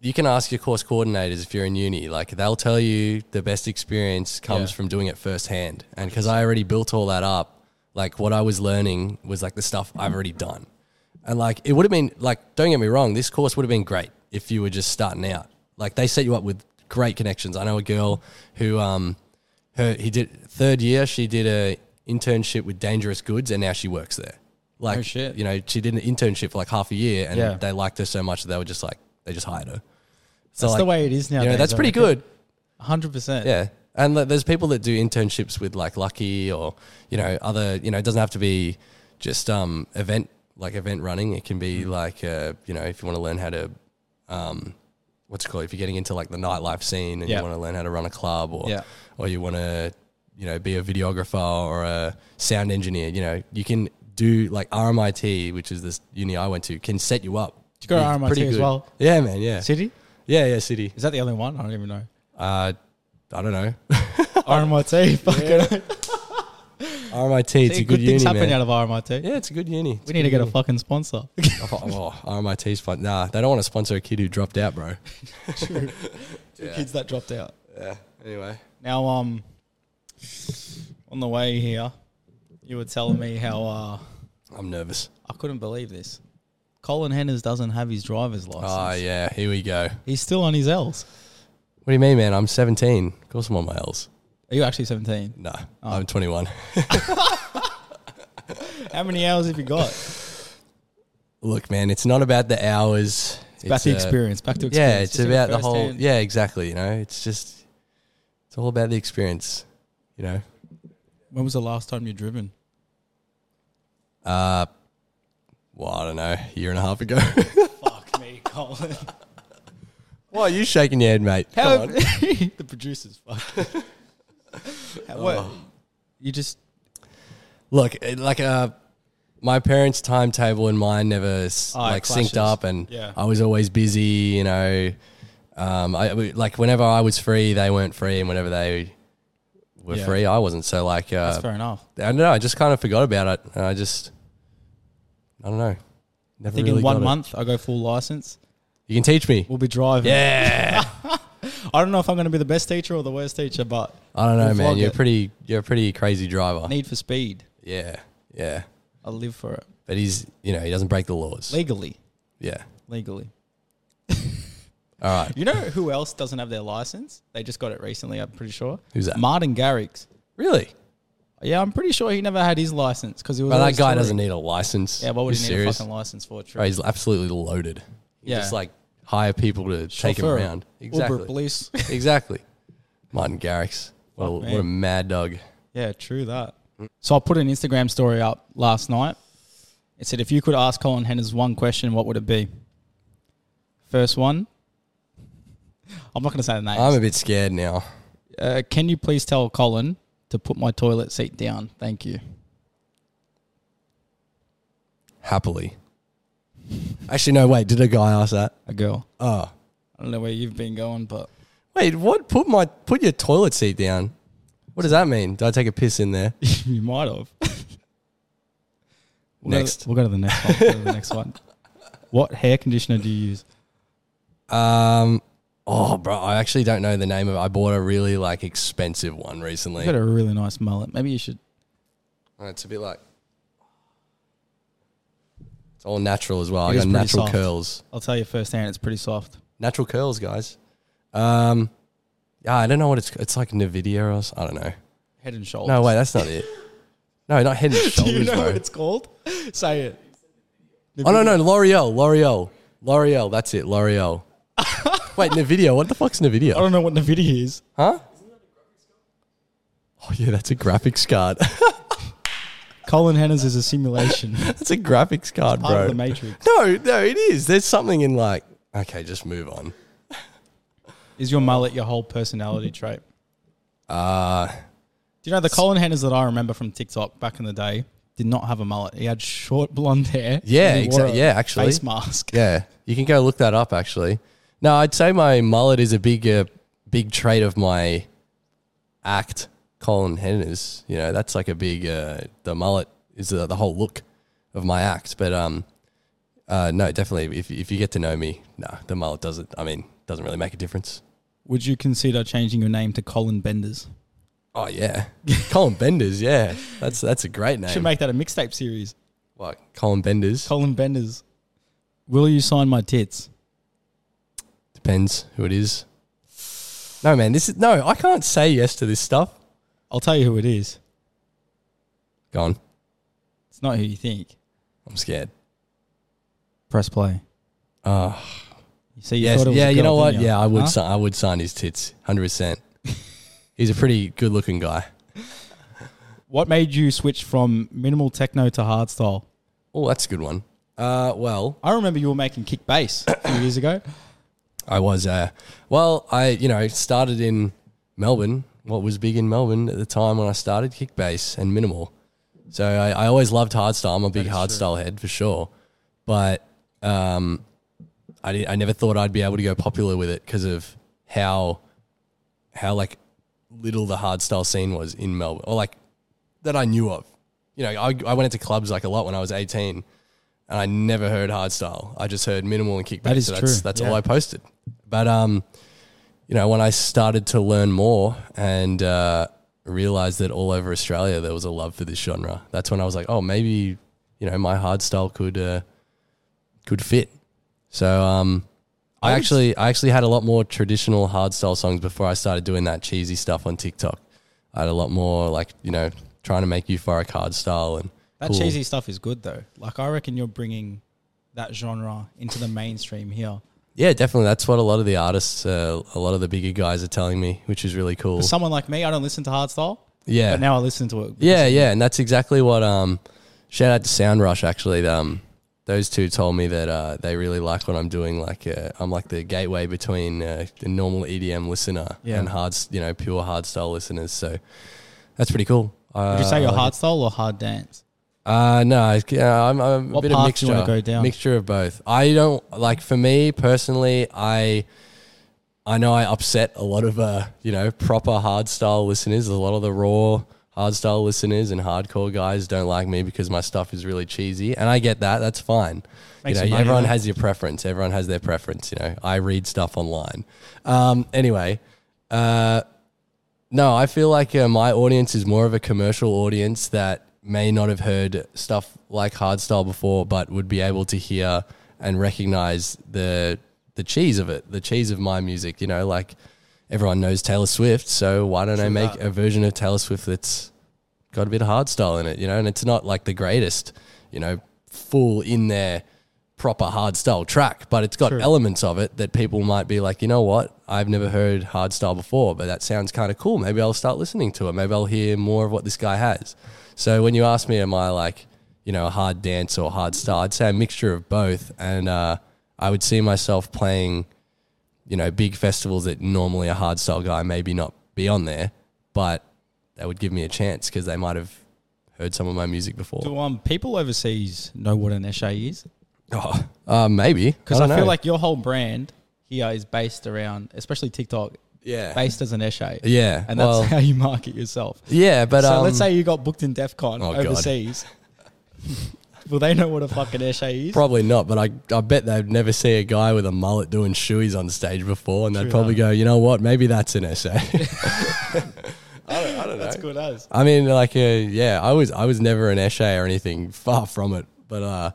[SPEAKER 2] You can ask your course coordinators if you're in uni. Like they'll tell you the best experience comes
[SPEAKER 1] Yeah.
[SPEAKER 2] from doing it firsthand. And because I already built all that up, like what I was learning was like the stuff I've already done. And like it would have been like, don't get me wrong, this course would have been great if you were just starting out. Like they set you up with great connections. I know a girl who um her he did third year, she did a internship with Dangerous Goods and now she works there. Like
[SPEAKER 1] Oh, shit.
[SPEAKER 2] you know, she did an internship for like half a year and
[SPEAKER 1] Yeah.
[SPEAKER 2] they liked her so much that they were just like they just hired her. So
[SPEAKER 1] that's the
[SPEAKER 2] like,
[SPEAKER 1] way it is now.
[SPEAKER 2] you know, that's pretty good.
[SPEAKER 1] Hundred percent.
[SPEAKER 2] Yeah. And like, there's people that do internships with like Lucky or, you know, other, you know, it doesn't have to be just um,
[SPEAKER 1] Mm.
[SPEAKER 2] event, like event running. It can be like, uh, you know, if you want to learn how to um, what's it called if you're getting into like the nightlife scene and
[SPEAKER 1] Yeah.
[SPEAKER 2] you want to learn how to run a club or
[SPEAKER 1] Yeah.
[SPEAKER 2] or you want to you know be a videographer or a sound engineer, you know, you can do like RMIT, which is this uni I went to, can set you up.
[SPEAKER 1] you go to
[SPEAKER 2] You're
[SPEAKER 1] RMIT
[SPEAKER 2] pretty
[SPEAKER 1] as
[SPEAKER 2] good.
[SPEAKER 1] well?
[SPEAKER 2] Yeah, man. Yeah.
[SPEAKER 1] City?
[SPEAKER 2] Yeah, yeah. City.
[SPEAKER 1] Is that the only one? I don't even
[SPEAKER 2] [laughs]
[SPEAKER 1] know.
[SPEAKER 2] Uh, I don't know.
[SPEAKER 1] RMIT. Fucking
[SPEAKER 2] RMIT. It's
[SPEAKER 1] See,
[SPEAKER 2] a good,
[SPEAKER 1] good
[SPEAKER 2] uni,
[SPEAKER 1] things happen
[SPEAKER 2] man.
[SPEAKER 1] out of RMIT.
[SPEAKER 2] Yeah, it's a good uni.
[SPEAKER 1] We need to get a fucking sponsor.
[SPEAKER 2] [laughs] oh, oh, RMIT's fun. Nah, they don't want to sponsor a kid who dropped out, bro.
[SPEAKER 1] Two kids that dropped out.
[SPEAKER 2] Yeah. Anyway.
[SPEAKER 1] Now, um, on the way here, you were telling me how uh,
[SPEAKER 2] I'm nervous.
[SPEAKER 1] I couldn't believe this. Colin Henners doesn't have his driver's license.
[SPEAKER 2] Oh, yeah. Here we go.
[SPEAKER 1] He's still on his L's.
[SPEAKER 2] What do you mean, man? I'm 17. Of course I'm on my L's.
[SPEAKER 1] Are you actually 17?
[SPEAKER 2] No, I'm 21.
[SPEAKER 1] How many hours have you got? It's
[SPEAKER 2] [laughs] Look, man, it's not about the hours. It's
[SPEAKER 1] about the
[SPEAKER 2] uh,
[SPEAKER 1] experience. Back to experience.
[SPEAKER 2] Yeah, it's
[SPEAKER 1] Just
[SPEAKER 2] about the
[SPEAKER 1] first
[SPEAKER 2] whole.
[SPEAKER 1] hand.
[SPEAKER 2] Yeah, exactly. You know, it's just, it's all about the experience, you know.
[SPEAKER 1] When was the last time you driven?
[SPEAKER 2] Uh, well, I don't know, a year and a half ago. [laughs]
[SPEAKER 1] Fuck me, Colin.
[SPEAKER 2] Why are you shaking your head, mate?
[SPEAKER 1] [laughs] How [laughs]
[SPEAKER 2] Come on. Oh.
[SPEAKER 1] the producers fuck. How- what- You just
[SPEAKER 2] Look, it- like uh, my parents' timetable and mine never s
[SPEAKER 1] Oh, it
[SPEAKER 2] like
[SPEAKER 1] clashes.
[SPEAKER 2] synced up, and
[SPEAKER 1] Yeah.
[SPEAKER 2] I was always busy. You know, um, I we- like whenever I was free, they weren't free, and whenever they were
[SPEAKER 1] Yeah.
[SPEAKER 2] free, I wasn't. So like,
[SPEAKER 1] that's
[SPEAKER 2] uh,
[SPEAKER 1] fair enough.
[SPEAKER 2] I don't know. I just kind of forgot about it. And I just, I don't know. Never
[SPEAKER 1] I think
[SPEAKER 2] really
[SPEAKER 1] in one
[SPEAKER 2] got it.
[SPEAKER 1] month I go full license.
[SPEAKER 2] you can
[SPEAKER 1] [laughs]
[SPEAKER 2] teach me.
[SPEAKER 1] We'll be driving.
[SPEAKER 2] Yeah,
[SPEAKER 1] I don't know if I'm going to be the best teacher or the worst teacher, but
[SPEAKER 2] I don't know,
[SPEAKER 1] We'll
[SPEAKER 2] man.
[SPEAKER 1] vlog
[SPEAKER 2] You're
[SPEAKER 1] it.
[SPEAKER 2] pretty. You're a pretty crazy driver.
[SPEAKER 1] Need for Speed.
[SPEAKER 2] Yeah, yeah.
[SPEAKER 1] I live for it
[SPEAKER 2] But he's, you know, he doesn't break the laws.
[SPEAKER 1] legally.
[SPEAKER 2] Yeah.
[SPEAKER 1] Legally.
[SPEAKER 2] All right.
[SPEAKER 1] You know who else doesn't have their license? They just got it recently. I'm pretty sure.
[SPEAKER 2] Who's that?
[SPEAKER 1] Martin Garrix.
[SPEAKER 2] Really?
[SPEAKER 1] Yeah, I'm pretty sure he never had his license because he was.
[SPEAKER 2] But that
[SPEAKER 1] always
[SPEAKER 2] guy
[SPEAKER 1] touring.
[SPEAKER 2] doesn't need a license.
[SPEAKER 1] Yeah, what would
[SPEAKER 2] He's
[SPEAKER 1] he need
[SPEAKER 2] serious?
[SPEAKER 1] a fucking license for? True.
[SPEAKER 2] Bro, he's absolutely loaded. You
[SPEAKER 1] Yeah.
[SPEAKER 2] Just like hire people to take him
[SPEAKER 1] Chauffeur,
[SPEAKER 2] around.
[SPEAKER 1] Uber
[SPEAKER 2] Exactly.
[SPEAKER 1] police.
[SPEAKER 2] Exactly. Martin Garrix. What a,
[SPEAKER 1] Fuck,
[SPEAKER 2] what a
[SPEAKER 1] man.
[SPEAKER 2] mad dog.
[SPEAKER 1] Yeah, true that. So I put an Instagram story up last night. It said, if you could ask Colin Henners one question, what would it be? First one. [laughs] I'm not going to say the name.
[SPEAKER 2] I'm a bit scared now.
[SPEAKER 1] uh, can you please tell Colin to put my toilet seat down? Thank you.
[SPEAKER 2] Happily. Actually, no, wait. Did a guy ask that?
[SPEAKER 1] A girl.
[SPEAKER 2] Oh.
[SPEAKER 1] I don't know where you've been going, but [laughs]
[SPEAKER 2] Wait, what? Put my put your toilet seat down. What does that mean? Do I take a piss in there?
[SPEAKER 1] you might have. We'll go to-
[SPEAKER 2] [laughs] Next.
[SPEAKER 1] we'll go to the next one. We'll go to the next
[SPEAKER 2] [laughs]
[SPEAKER 1] one. What hair conditioner do you use?
[SPEAKER 2] Um. Oh, bro, I actually don't know the name of. it. I bought a really like expensive one recently.
[SPEAKER 1] You've got a really nice mullet. Maybe you should.
[SPEAKER 2] Uh, It's a bit like it's all natural as well.
[SPEAKER 1] It
[SPEAKER 2] I
[SPEAKER 1] is
[SPEAKER 2] got
[SPEAKER 1] pretty
[SPEAKER 2] natural
[SPEAKER 1] soft.
[SPEAKER 2] curls.
[SPEAKER 1] I'll tell you firsthand, it's pretty soft.
[SPEAKER 2] Natural curls, guys. Um, yeah, I don't know what it's. It's like Nvidia or else. I don't know.
[SPEAKER 1] Head and shoulders.
[SPEAKER 2] No, wait, that's not it. [laughs] No, not head and shoulders,
[SPEAKER 1] [laughs] Do [laughs] you know
[SPEAKER 2] bro.
[SPEAKER 1] what it's called? Say it.
[SPEAKER 2] oh no, no, L'Oreal, L'Oreal, L'Oreal. That's
[SPEAKER 1] [laughs]
[SPEAKER 2] it, L'Oreal. wait, Nvidia. What the fuck's
[SPEAKER 1] I
[SPEAKER 2] Nvidia?
[SPEAKER 1] don't know what the video is.
[SPEAKER 2] Huh? Oh yeah, that's a graphics card. [laughs]
[SPEAKER 1] Colin Henners is a simulation.
[SPEAKER 2] that's a graphics card,
[SPEAKER 1] Part
[SPEAKER 2] bro.
[SPEAKER 1] of the Matrix.
[SPEAKER 2] No, no, it is. There's something in like. Okay, just move on.
[SPEAKER 1] Is your mullet your whole personality trait?
[SPEAKER 2] Mm-hmm. Uh
[SPEAKER 1] Do you know the Colin Henners that I remember from TikTok back in the day did not have a mullet. He had short blonde hair.
[SPEAKER 2] Yeah,
[SPEAKER 1] and he wore
[SPEAKER 2] exac-
[SPEAKER 1] a
[SPEAKER 2] yeah, actually.
[SPEAKER 1] face mask.
[SPEAKER 2] yeah, you can go look that up. Actually, no, I'd say my mullet is a big, uh, big trait of my act. Colin Henners, you know, that's like a big. Uh, the mullet is the, the whole look of my act. But um, uh, no, definitely. If if you get to know me, no, the mullet doesn't. I mean, doesn't really make a difference.
[SPEAKER 1] Would you consider changing your name to Colin Benders? [laughs]
[SPEAKER 2] Oh yeah, Colin Benders. Yeah, that's that's a great name.
[SPEAKER 1] Should make that a mixtape series.
[SPEAKER 2] what Colin Benders?
[SPEAKER 1] Colin Benders. Will you sign my tits?
[SPEAKER 2] Depends who it is. No, man, this is no. I can't say yes to this stuff.
[SPEAKER 1] I'll tell you who it is.
[SPEAKER 2] Go on.
[SPEAKER 1] It's not who you think.
[SPEAKER 2] I'm scared.
[SPEAKER 1] Press play.
[SPEAKER 2] Oh,
[SPEAKER 1] You see, you
[SPEAKER 2] yes,
[SPEAKER 1] Ah. thought it was
[SPEAKER 2] yeah.
[SPEAKER 1] a
[SPEAKER 2] You
[SPEAKER 1] girl,
[SPEAKER 2] know what?
[SPEAKER 1] didn't you?
[SPEAKER 2] Yeah, I would.
[SPEAKER 1] Huh?
[SPEAKER 2] si- I would sign his tits, hundred percent. [laughs] He's a pretty good-looking guy.
[SPEAKER 1] What made you switch from minimal techno to hardstyle?
[SPEAKER 2] Oh, that's a good one. Uh, well,
[SPEAKER 1] I remember you were making kick bass a few years ago.
[SPEAKER 2] I was, uh, well, I, you know, started in Melbourne. What was big in Melbourne at the time when I started, kick bass and minimal. So I, I always loved hardstyle. I'm a big hardstyle head for sure. But um, I, did, I never thought I'd be able to go popular with it because of how, how like little the hardstyle scene was in Melbourne or like that I knew of. You know, I, I went into clubs like a lot when I was 18 and I never heard hardstyle. I just heard minimal and kickback.
[SPEAKER 1] That is
[SPEAKER 2] so that's,
[SPEAKER 1] true.
[SPEAKER 2] That's all I posted. But, um, you know, when I started to learn more and uh, realized that all over Australia there was a love for this genre, that's when I was like, oh, maybe, you know, my hardstyle could, uh, could fit. So, um, I actually, I actually had a lot more traditional hardstyle songs before I started doing that cheesy stuff on TikTok. I had a lot more like you know trying to make euphoric hardstyle and
[SPEAKER 1] That
[SPEAKER 2] cool.
[SPEAKER 1] cheesy stuff is good though. Like I reckon you're bringing that genre into the mainstream here.
[SPEAKER 2] Yeah, definitely. That's what a lot of the artists, uh, a lot of the bigger guys are telling me, which is really cool.
[SPEAKER 1] For someone like me, I don't listen to hardstyle,
[SPEAKER 2] Yeah.
[SPEAKER 1] but now I listen to it.
[SPEAKER 2] Yeah, yeah, and that's exactly what. Um, shout out to Sound Rush. Actually, um, those two told me that uh, they really like what I'm doing. Like, uh, I'm like the gateway between uh, the normal EDM listener
[SPEAKER 1] Yeah.
[SPEAKER 2] and hard, you know, pure hardstyle listeners. So that's pretty cool. Uh,
[SPEAKER 1] Would you say
[SPEAKER 2] I
[SPEAKER 1] you're
[SPEAKER 2] like it.
[SPEAKER 1] hardstyle or hard dance?
[SPEAKER 2] Uh, no, I- yeah, I'm, I'm a
[SPEAKER 1] What
[SPEAKER 2] bit of
[SPEAKER 1] path do
[SPEAKER 2] mixture.
[SPEAKER 1] you wanna go down?
[SPEAKER 2] Mixture of both. I don't like for me personally. I I know I upset a lot of uh, you know proper hardstyle listeners. A lot of the raw hardstyle listeners and hardcore guys don't like me because my stuff is really cheesy, and I get that. That's fine.
[SPEAKER 1] Makes
[SPEAKER 2] you
[SPEAKER 1] you
[SPEAKER 2] know,
[SPEAKER 1] money,
[SPEAKER 2] everyone
[SPEAKER 1] right?
[SPEAKER 2] has your preference. Everyone has their preference. You know, I read stuff online. Um, anyway. Uh, no, I feel like uh, my audience is more of a commercial audience that may not have heard stuff like hardstyle before, but would be able to hear and recognize the the cheese of it, the cheese of my music. You know, like everyone knows Taylor Swift, so why don't I make a version of Taylor Swift that's got a bit of hardstyle in it? You know, and it's not like the greatest, you know, full in there proper hardstyle track, but it's got elements of it that people might be like, you know what, I've never heard hardstyle before, but that sounds kind of cool. Maybe I'll start listening to it. Maybe I'll hear more of what this guy has. So when you ask me, am I like, you know, a hard dance or hard style, I'd say a mixture of both. And uh, I would see myself playing, you know, big festivals that normally a hardstyle guy maybe not be on there, but that would give me a chance because they might have heard some of my music before.
[SPEAKER 1] Do um people overseas know what an esche is?
[SPEAKER 2] Oh, uh, maybe.
[SPEAKER 1] Because I,
[SPEAKER 2] don't
[SPEAKER 1] feel
[SPEAKER 2] know.
[SPEAKER 1] like your whole brand here is based around, especially TikTok,
[SPEAKER 2] yeah.
[SPEAKER 1] based as an esche.
[SPEAKER 2] Yeah,
[SPEAKER 1] and that's
[SPEAKER 2] well-
[SPEAKER 1] how you market yourself.
[SPEAKER 2] Yeah, but
[SPEAKER 1] so
[SPEAKER 2] um,
[SPEAKER 1] let's say you got booked in DEF CON
[SPEAKER 2] Oh, God.
[SPEAKER 1] overseas. [laughs] Will they know what a fucking esche is?
[SPEAKER 2] probably not. But I, I bet they'd never see a guy with a mullet doing shoeies on stage before, and they'd probably go, you know what? Maybe that's an essay. [laughs]
[SPEAKER 1] That's good as.
[SPEAKER 2] I mean, like, uh, yeah, I was I was never an essay or anything, far from it. But uh,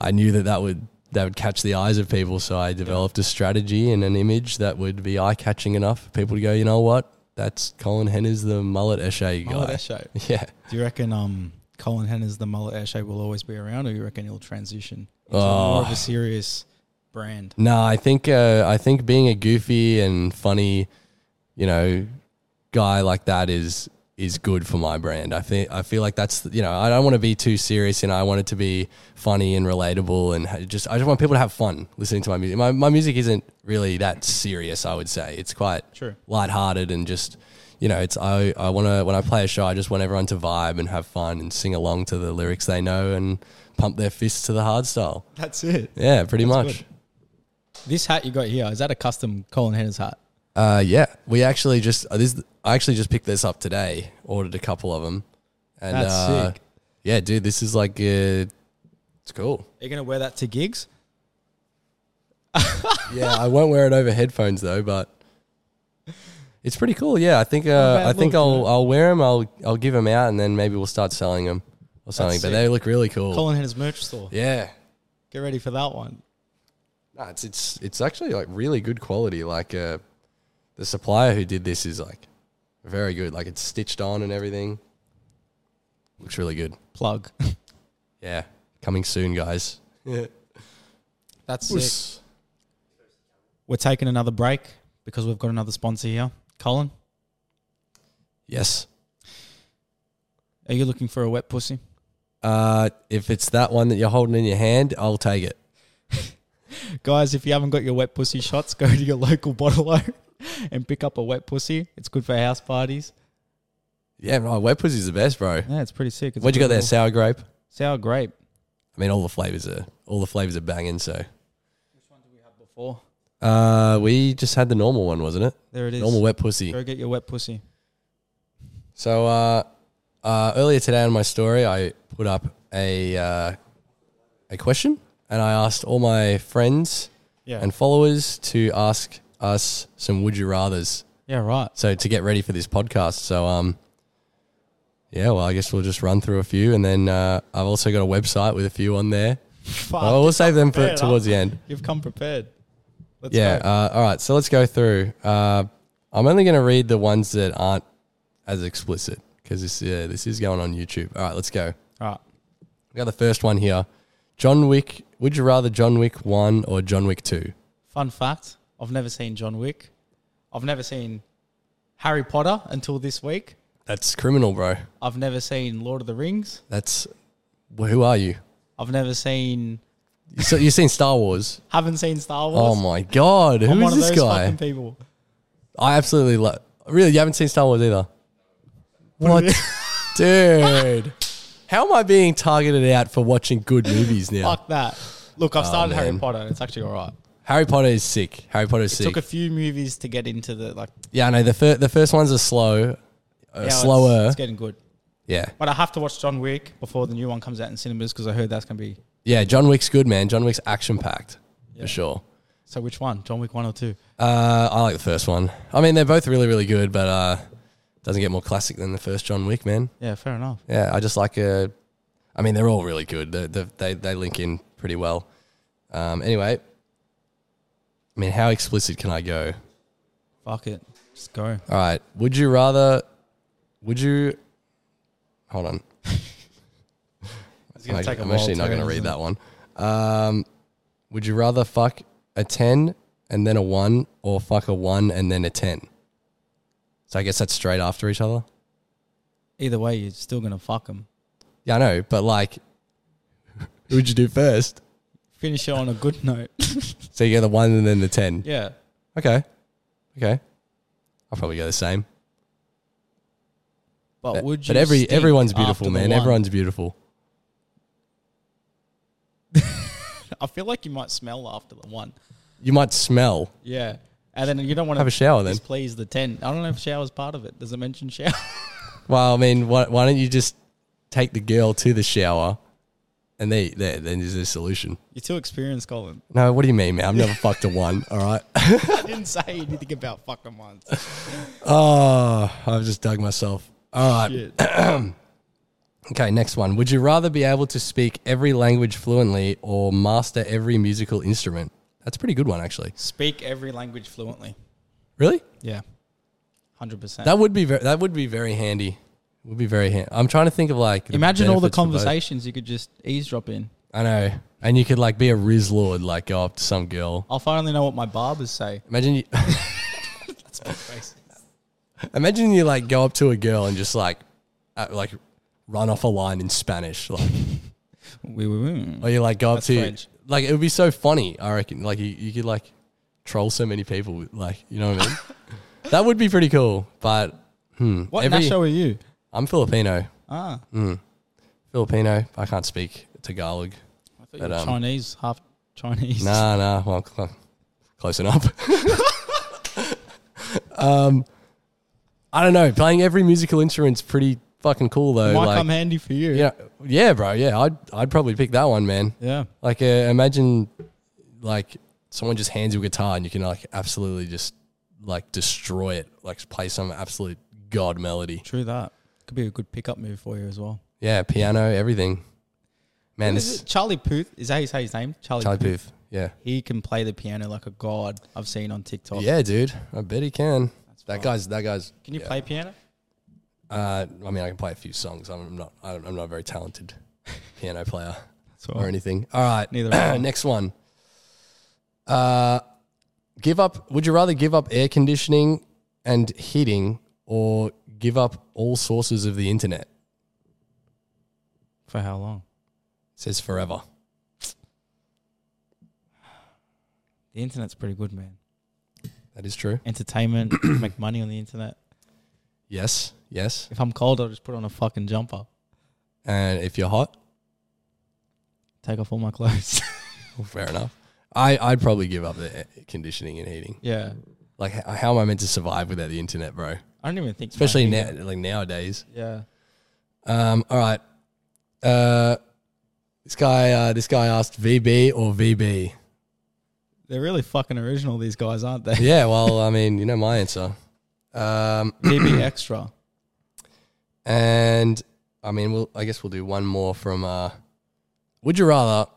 [SPEAKER 2] I knew that that would that would catch the eyes of people, so I developed a strategy and an image that would be eye catching enough for people to go, you know what? That's Colin Henner's the mullet essay guy.
[SPEAKER 1] Mullet esche.
[SPEAKER 2] Oh, [laughs] Yeah.
[SPEAKER 1] Do you reckon um Colin Henner's the mullet esche will always be around, or you reckon he'll transition into more
[SPEAKER 2] Ah.
[SPEAKER 1] of a serious brand?
[SPEAKER 2] No, I think uh, I think being a goofy and funny, you know, guy like that is is good for my brand. I think I feel like that's you know I don't want to be too serious and I want it to be funny and relatable and ha- just I just want people to have fun listening to my music. My my music isn't really that serious. I would say it's quite
[SPEAKER 1] Sure.
[SPEAKER 2] lighthearted and just you know it's I I want to when I play a show I just want everyone to vibe and have fun and sing along to the lyrics they know and pump their fists to the hard style.
[SPEAKER 1] That's it.
[SPEAKER 2] Yeah, pretty much.
[SPEAKER 1] good. This hat you got here is that a custom Colin Henner's hat?
[SPEAKER 2] Uh, yeah, we actually just uh, this. I actually just picked this up today. Ordered a couple of them. And,
[SPEAKER 1] That's
[SPEAKER 2] uh,
[SPEAKER 1] sick.
[SPEAKER 2] Yeah, dude, this is like uh, it's
[SPEAKER 1] [laughs]
[SPEAKER 2] cool.
[SPEAKER 1] Are you gonna wear that to gigs?
[SPEAKER 2] Yeah, I won't wear it over headphones though, but it's pretty cool. Yeah, I think uh,
[SPEAKER 1] bad
[SPEAKER 2] I think
[SPEAKER 1] look,
[SPEAKER 2] I'll
[SPEAKER 1] you know?
[SPEAKER 2] I'll wear them. I'll I'll give them out, and then maybe we'll start selling them or something. But
[SPEAKER 1] sick.
[SPEAKER 2] they look really cool.
[SPEAKER 1] Colin Henner's merch store.
[SPEAKER 2] Oh. Yeah,
[SPEAKER 1] Get ready for that one.
[SPEAKER 2] Nah, it's it's it's actually like really good quality. Like uh, the supplier who did this is like very good. Like it's stitched on and everything. Looks really good.
[SPEAKER 1] Plug. [laughs]
[SPEAKER 2] Yeah, coming soon, guys.
[SPEAKER 1] That's sick. We're taking another break because we've got another sponsor here. Colin,
[SPEAKER 2] Yes.
[SPEAKER 1] are you looking for a wet pussy?
[SPEAKER 2] Uh, if it's that one that you're holding in your hand, I'll take it.
[SPEAKER 1] Guys, if you haven't got your wet pussy shots, [laughs] go to your local bottle [laughs] and pick up a wet pussy. It's good for house parties.
[SPEAKER 2] Yeah, right. Wet pussy's the best, bro.
[SPEAKER 1] Yeah, it's pretty sick. It's
[SPEAKER 2] What'd you
[SPEAKER 1] a
[SPEAKER 2] got there?
[SPEAKER 1] good
[SPEAKER 2] Sour grape.
[SPEAKER 1] little- Sour grape.
[SPEAKER 2] I mean, all the flavors are all the flavors are banging. So
[SPEAKER 1] Before.
[SPEAKER 2] uh, we just had the normal one, wasn't it?
[SPEAKER 1] There it is.
[SPEAKER 2] Normal wet pussy.
[SPEAKER 1] Go get your wet pussy.
[SPEAKER 2] So uh, uh, earlier today on my story, I put up a uh, a question, and I asked all my friends
[SPEAKER 1] Yeah.
[SPEAKER 2] and followers to ask us some would you rather's.
[SPEAKER 1] yeah, right.
[SPEAKER 2] So to get ready for this podcast. So um, yeah. Well, I guess we'll just run through a few, and then uh, I've also got a website with a few on there.
[SPEAKER 1] [laughs] Fuck.
[SPEAKER 2] Well, we'll save them for
[SPEAKER 1] prepared, huh?
[SPEAKER 2] towards the end.
[SPEAKER 1] You've come prepared. Let's
[SPEAKER 2] Yeah.
[SPEAKER 1] go.
[SPEAKER 2] Uh, all right. So let's go through. Uh, I'm only going to read the ones that aren't as explicit because this yeah, this is going on YouTube. All right. Let's go.
[SPEAKER 1] All right.
[SPEAKER 2] We got the first one here. John Wick. Would you rather John Wick one or John Wick two?
[SPEAKER 1] Fun fact I've never seen John Wick. I've never seen Harry Potter until this week.
[SPEAKER 2] That's criminal, bro.
[SPEAKER 1] I've never seen Lord of the Rings.
[SPEAKER 2] That's well, who are you?
[SPEAKER 1] I've never seen,
[SPEAKER 2] You saw- You've seen
[SPEAKER 1] [laughs]
[SPEAKER 2] Star Wars.
[SPEAKER 1] haven't seen Star
[SPEAKER 2] Oh
[SPEAKER 1] Wars.
[SPEAKER 2] my god,
[SPEAKER 1] I'm
[SPEAKER 2] who
[SPEAKER 1] one of
[SPEAKER 2] is this
[SPEAKER 1] those
[SPEAKER 2] guy?
[SPEAKER 1] fucking people.
[SPEAKER 2] I absolutely love. Really, you haven't seen Star Wars either. What,
[SPEAKER 1] [laughs]
[SPEAKER 2] dude? How am I being targeted out for watching good movies now?
[SPEAKER 1] Fuck that. Look, I've started Harry
[SPEAKER 2] Oh, man.
[SPEAKER 1] Potter and it's actually all right.
[SPEAKER 2] Harry Potter is sick. Harry Potter is sick.
[SPEAKER 1] Took a few movies to get into the like
[SPEAKER 2] yeah, I know. The, fir- the first ones are slow, uh,
[SPEAKER 1] now it's-
[SPEAKER 2] slower.
[SPEAKER 1] It's, getting good.
[SPEAKER 2] yeah.
[SPEAKER 1] But I have to watch John Wick before the new one comes out in cinemas because I heard that's gonna be.
[SPEAKER 2] Yeah, John Wick's good, man. John Wick's action packed, for sure.
[SPEAKER 1] So which one? John Wick one or two?
[SPEAKER 2] Uh, I like the first one. I mean, they're both really, really good, but uh, doesn't get more classic than the first John Wick, man.
[SPEAKER 1] Yeah, fair enough.
[SPEAKER 2] Yeah, I just like a. I mean, they're all really good. They they they, they link in pretty well. Um, anyway, I mean, how explicit can I go?
[SPEAKER 1] Fuck it, just go.
[SPEAKER 2] All right. Would you rather? Would you? Hold on.
[SPEAKER 1] It's gonna
[SPEAKER 2] I,
[SPEAKER 1] take a
[SPEAKER 2] am
[SPEAKER 1] while
[SPEAKER 2] actually not
[SPEAKER 1] too,
[SPEAKER 2] going to
[SPEAKER 1] isn't
[SPEAKER 2] read
[SPEAKER 1] it?
[SPEAKER 2] that one. Um, would you rather fuck a ten and then a one, or fuck a one and then a ten? So I guess that's straight after each other.
[SPEAKER 1] Either way, you're still gonna fuck him.
[SPEAKER 2] Yeah, I know, but [laughs] like, who would you do first?
[SPEAKER 1] Finish it on a good [laughs] note.
[SPEAKER 2] So you get the one and then the ten.
[SPEAKER 1] yeah,
[SPEAKER 2] Okay. Okay. I'll probably go the same.
[SPEAKER 1] but
[SPEAKER 2] But,
[SPEAKER 1] would you?
[SPEAKER 2] but every
[SPEAKER 1] stink
[SPEAKER 2] everyone's
[SPEAKER 1] after
[SPEAKER 2] beautiful,
[SPEAKER 1] the
[SPEAKER 2] man.
[SPEAKER 1] one?
[SPEAKER 2] Everyone's beautiful.
[SPEAKER 1] I feel like you might smell after the one.
[SPEAKER 2] You might smell.
[SPEAKER 1] Yeah, and then you don't want
[SPEAKER 2] Have a shower then.
[SPEAKER 1] displease the ten. I don't know if shower's part of it. Does it mention shower? [laughs]
[SPEAKER 2] Well, I mean, why, why don't you just take the girl to the shower and there, there then is the solution.
[SPEAKER 1] you're too experienced, Colin. [laughs]
[SPEAKER 2] No, what do you mean, man? I've never fucked a one, [laughs] all right?
[SPEAKER 1] I didn't say anything about fucking once.
[SPEAKER 2] Oh, I've just dug myself. All right.
[SPEAKER 1] Shit.
[SPEAKER 2] Okay, next one. Would you rather be able to speak every language fluently or master every musical instrument? That's a pretty good one, actually.
[SPEAKER 1] Speak every language fluently.
[SPEAKER 2] Really?
[SPEAKER 1] Yeah, hundred percent.
[SPEAKER 2] That would be very, that would be very handy. Would be very handy. I'm trying to think of like the
[SPEAKER 1] Imagine all the
[SPEAKER 2] benefits for both.
[SPEAKER 1] conversations you could just eavesdrop in.
[SPEAKER 2] I know, and you could like be a riz lord, like go up to some girl.
[SPEAKER 1] I'll finally know what my barbers say.
[SPEAKER 2] Imagine you, [laughs] imagine you like go up to a girl and just like, uh, like run off a line in Spanish, like,
[SPEAKER 1] We were
[SPEAKER 2] or you like go up
[SPEAKER 1] That's
[SPEAKER 2] to
[SPEAKER 1] French.
[SPEAKER 2] like it would be so funny. I reckon, like you, you could like troll so many people, with, like you know what I
[SPEAKER 1] [laughs]
[SPEAKER 2] mean. that would be pretty cool, but hmm,
[SPEAKER 1] What
[SPEAKER 2] every-
[SPEAKER 1] national are you?
[SPEAKER 2] I'm Filipino.
[SPEAKER 1] Ah,
[SPEAKER 2] Filipino. I can't speak Tagalog.
[SPEAKER 1] I thought you
[SPEAKER 2] But,
[SPEAKER 1] were
[SPEAKER 2] um,
[SPEAKER 1] Chinese, half Chinese.
[SPEAKER 2] Nah, nah. Well, cl- close enough. [laughs] um, I don't know. Playing every musical instrument's pretty fucking cool
[SPEAKER 1] [laughs]
[SPEAKER 2] though.
[SPEAKER 1] might
[SPEAKER 2] like,
[SPEAKER 1] come handy for you.
[SPEAKER 2] yeah, yeah, bro. Yeah, I'd I'd probably pick that one, man.
[SPEAKER 1] yeah.
[SPEAKER 2] Like, uh, imagine like someone just hands you a guitar and you can like absolutely just like destroy it. Like, play some absolute god melody.
[SPEAKER 1] True that. Could be a good pickup move for you as well.
[SPEAKER 2] Yeah, piano, everything. Man,
[SPEAKER 1] Is
[SPEAKER 2] this
[SPEAKER 1] it Charlie Puth is that how you say his name? Charlie,
[SPEAKER 2] Charlie
[SPEAKER 1] Puth.
[SPEAKER 2] Puth. Yeah.
[SPEAKER 1] He can play the piano like a god. I've seen on TikTok.
[SPEAKER 2] Yeah, dude. I bet he can. that guy's that guy's.
[SPEAKER 1] Can you
[SPEAKER 2] yeah.
[SPEAKER 1] play piano?
[SPEAKER 2] Uh, I mean, I can play a few songs. I'm not. I don't- I'm not a very talented [laughs] piano player
[SPEAKER 1] So
[SPEAKER 2] or anything. All right.
[SPEAKER 1] Neither
[SPEAKER 2] [clears throat]
[SPEAKER 1] am I.
[SPEAKER 2] Next one. Uh, give up. Would you rather give up air conditioning and heating, or give up all sources of the internet? It
[SPEAKER 1] for how long?
[SPEAKER 2] says forever.
[SPEAKER 1] The internet's pretty good, man.
[SPEAKER 2] That is true.
[SPEAKER 1] Entertainment, [coughs] make money on the internet.
[SPEAKER 2] Yes, yes.
[SPEAKER 1] If I'm cold, I'll just put on a fucking jumper,
[SPEAKER 2] And if you're hot,
[SPEAKER 1] take off all my clothes. [laughs]
[SPEAKER 2] well, fair enough. I, I'd probably give up the air conditioning and heating.
[SPEAKER 1] yeah.
[SPEAKER 2] Like, h- how am I meant to survive without the internet, bro?
[SPEAKER 1] I don't even think.
[SPEAKER 2] Especially now,
[SPEAKER 1] now.
[SPEAKER 2] like nowadays.
[SPEAKER 1] Yeah.
[SPEAKER 2] Um, all right. Uh, this guy, uh, this guy asked VB or VB.
[SPEAKER 1] They're really fucking original, these guys, aren't
[SPEAKER 2] [laughs]
[SPEAKER 1] they?
[SPEAKER 2] Yeah, well, I mean, you know my answer. Um, [coughs]
[SPEAKER 1] VB Extra.
[SPEAKER 2] And I mean, we'll, I guess we'll do one more from. Uh, would you rather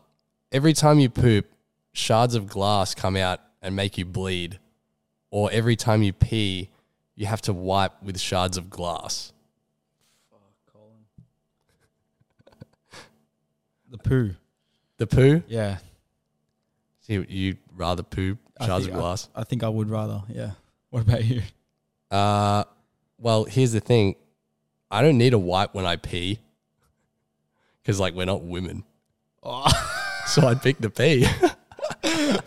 [SPEAKER 2] every time you poop, shards of glass come out and make you bleed, or every time you pee, you have to wipe with shards of glass?
[SPEAKER 1] The poo.
[SPEAKER 2] The poo?
[SPEAKER 1] Yeah.
[SPEAKER 2] So you, you'd rather poop
[SPEAKER 1] I
[SPEAKER 2] shards of
[SPEAKER 1] think-
[SPEAKER 2] glass?
[SPEAKER 1] I think I would rather. Yeah. What about
[SPEAKER 2] [laughs]
[SPEAKER 1] you?
[SPEAKER 2] Uh, well, here's the thing I don't need a wipe when I pee because, like, we're not women. Oh. So I'd pick the pee.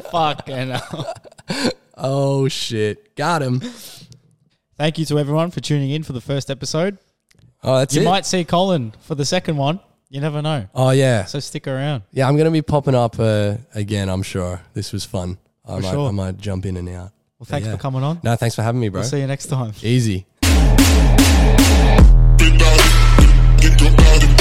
[SPEAKER 2] [laughs]
[SPEAKER 1] fucking hell.
[SPEAKER 2] oh, shit. Got him.
[SPEAKER 1] Thank you to everyone for tuning in for the first episode.
[SPEAKER 2] Oh, that's
[SPEAKER 1] You
[SPEAKER 2] it.
[SPEAKER 1] might see Colin for the second one. You never know.
[SPEAKER 2] Oh yeah,
[SPEAKER 1] So stick around.
[SPEAKER 2] yeah. I'm gonna be popping up uh, again. I'm sure this was fun. I
[SPEAKER 1] For
[SPEAKER 2] might,
[SPEAKER 1] sure.
[SPEAKER 2] I might jump in and out.
[SPEAKER 1] Well, thanks
[SPEAKER 2] yeah.
[SPEAKER 1] for coming on.
[SPEAKER 2] No, thanks for having me, bro.
[SPEAKER 1] We'll see you next time.
[SPEAKER 2] Easy.
[SPEAKER 3] Think about it. Think about it.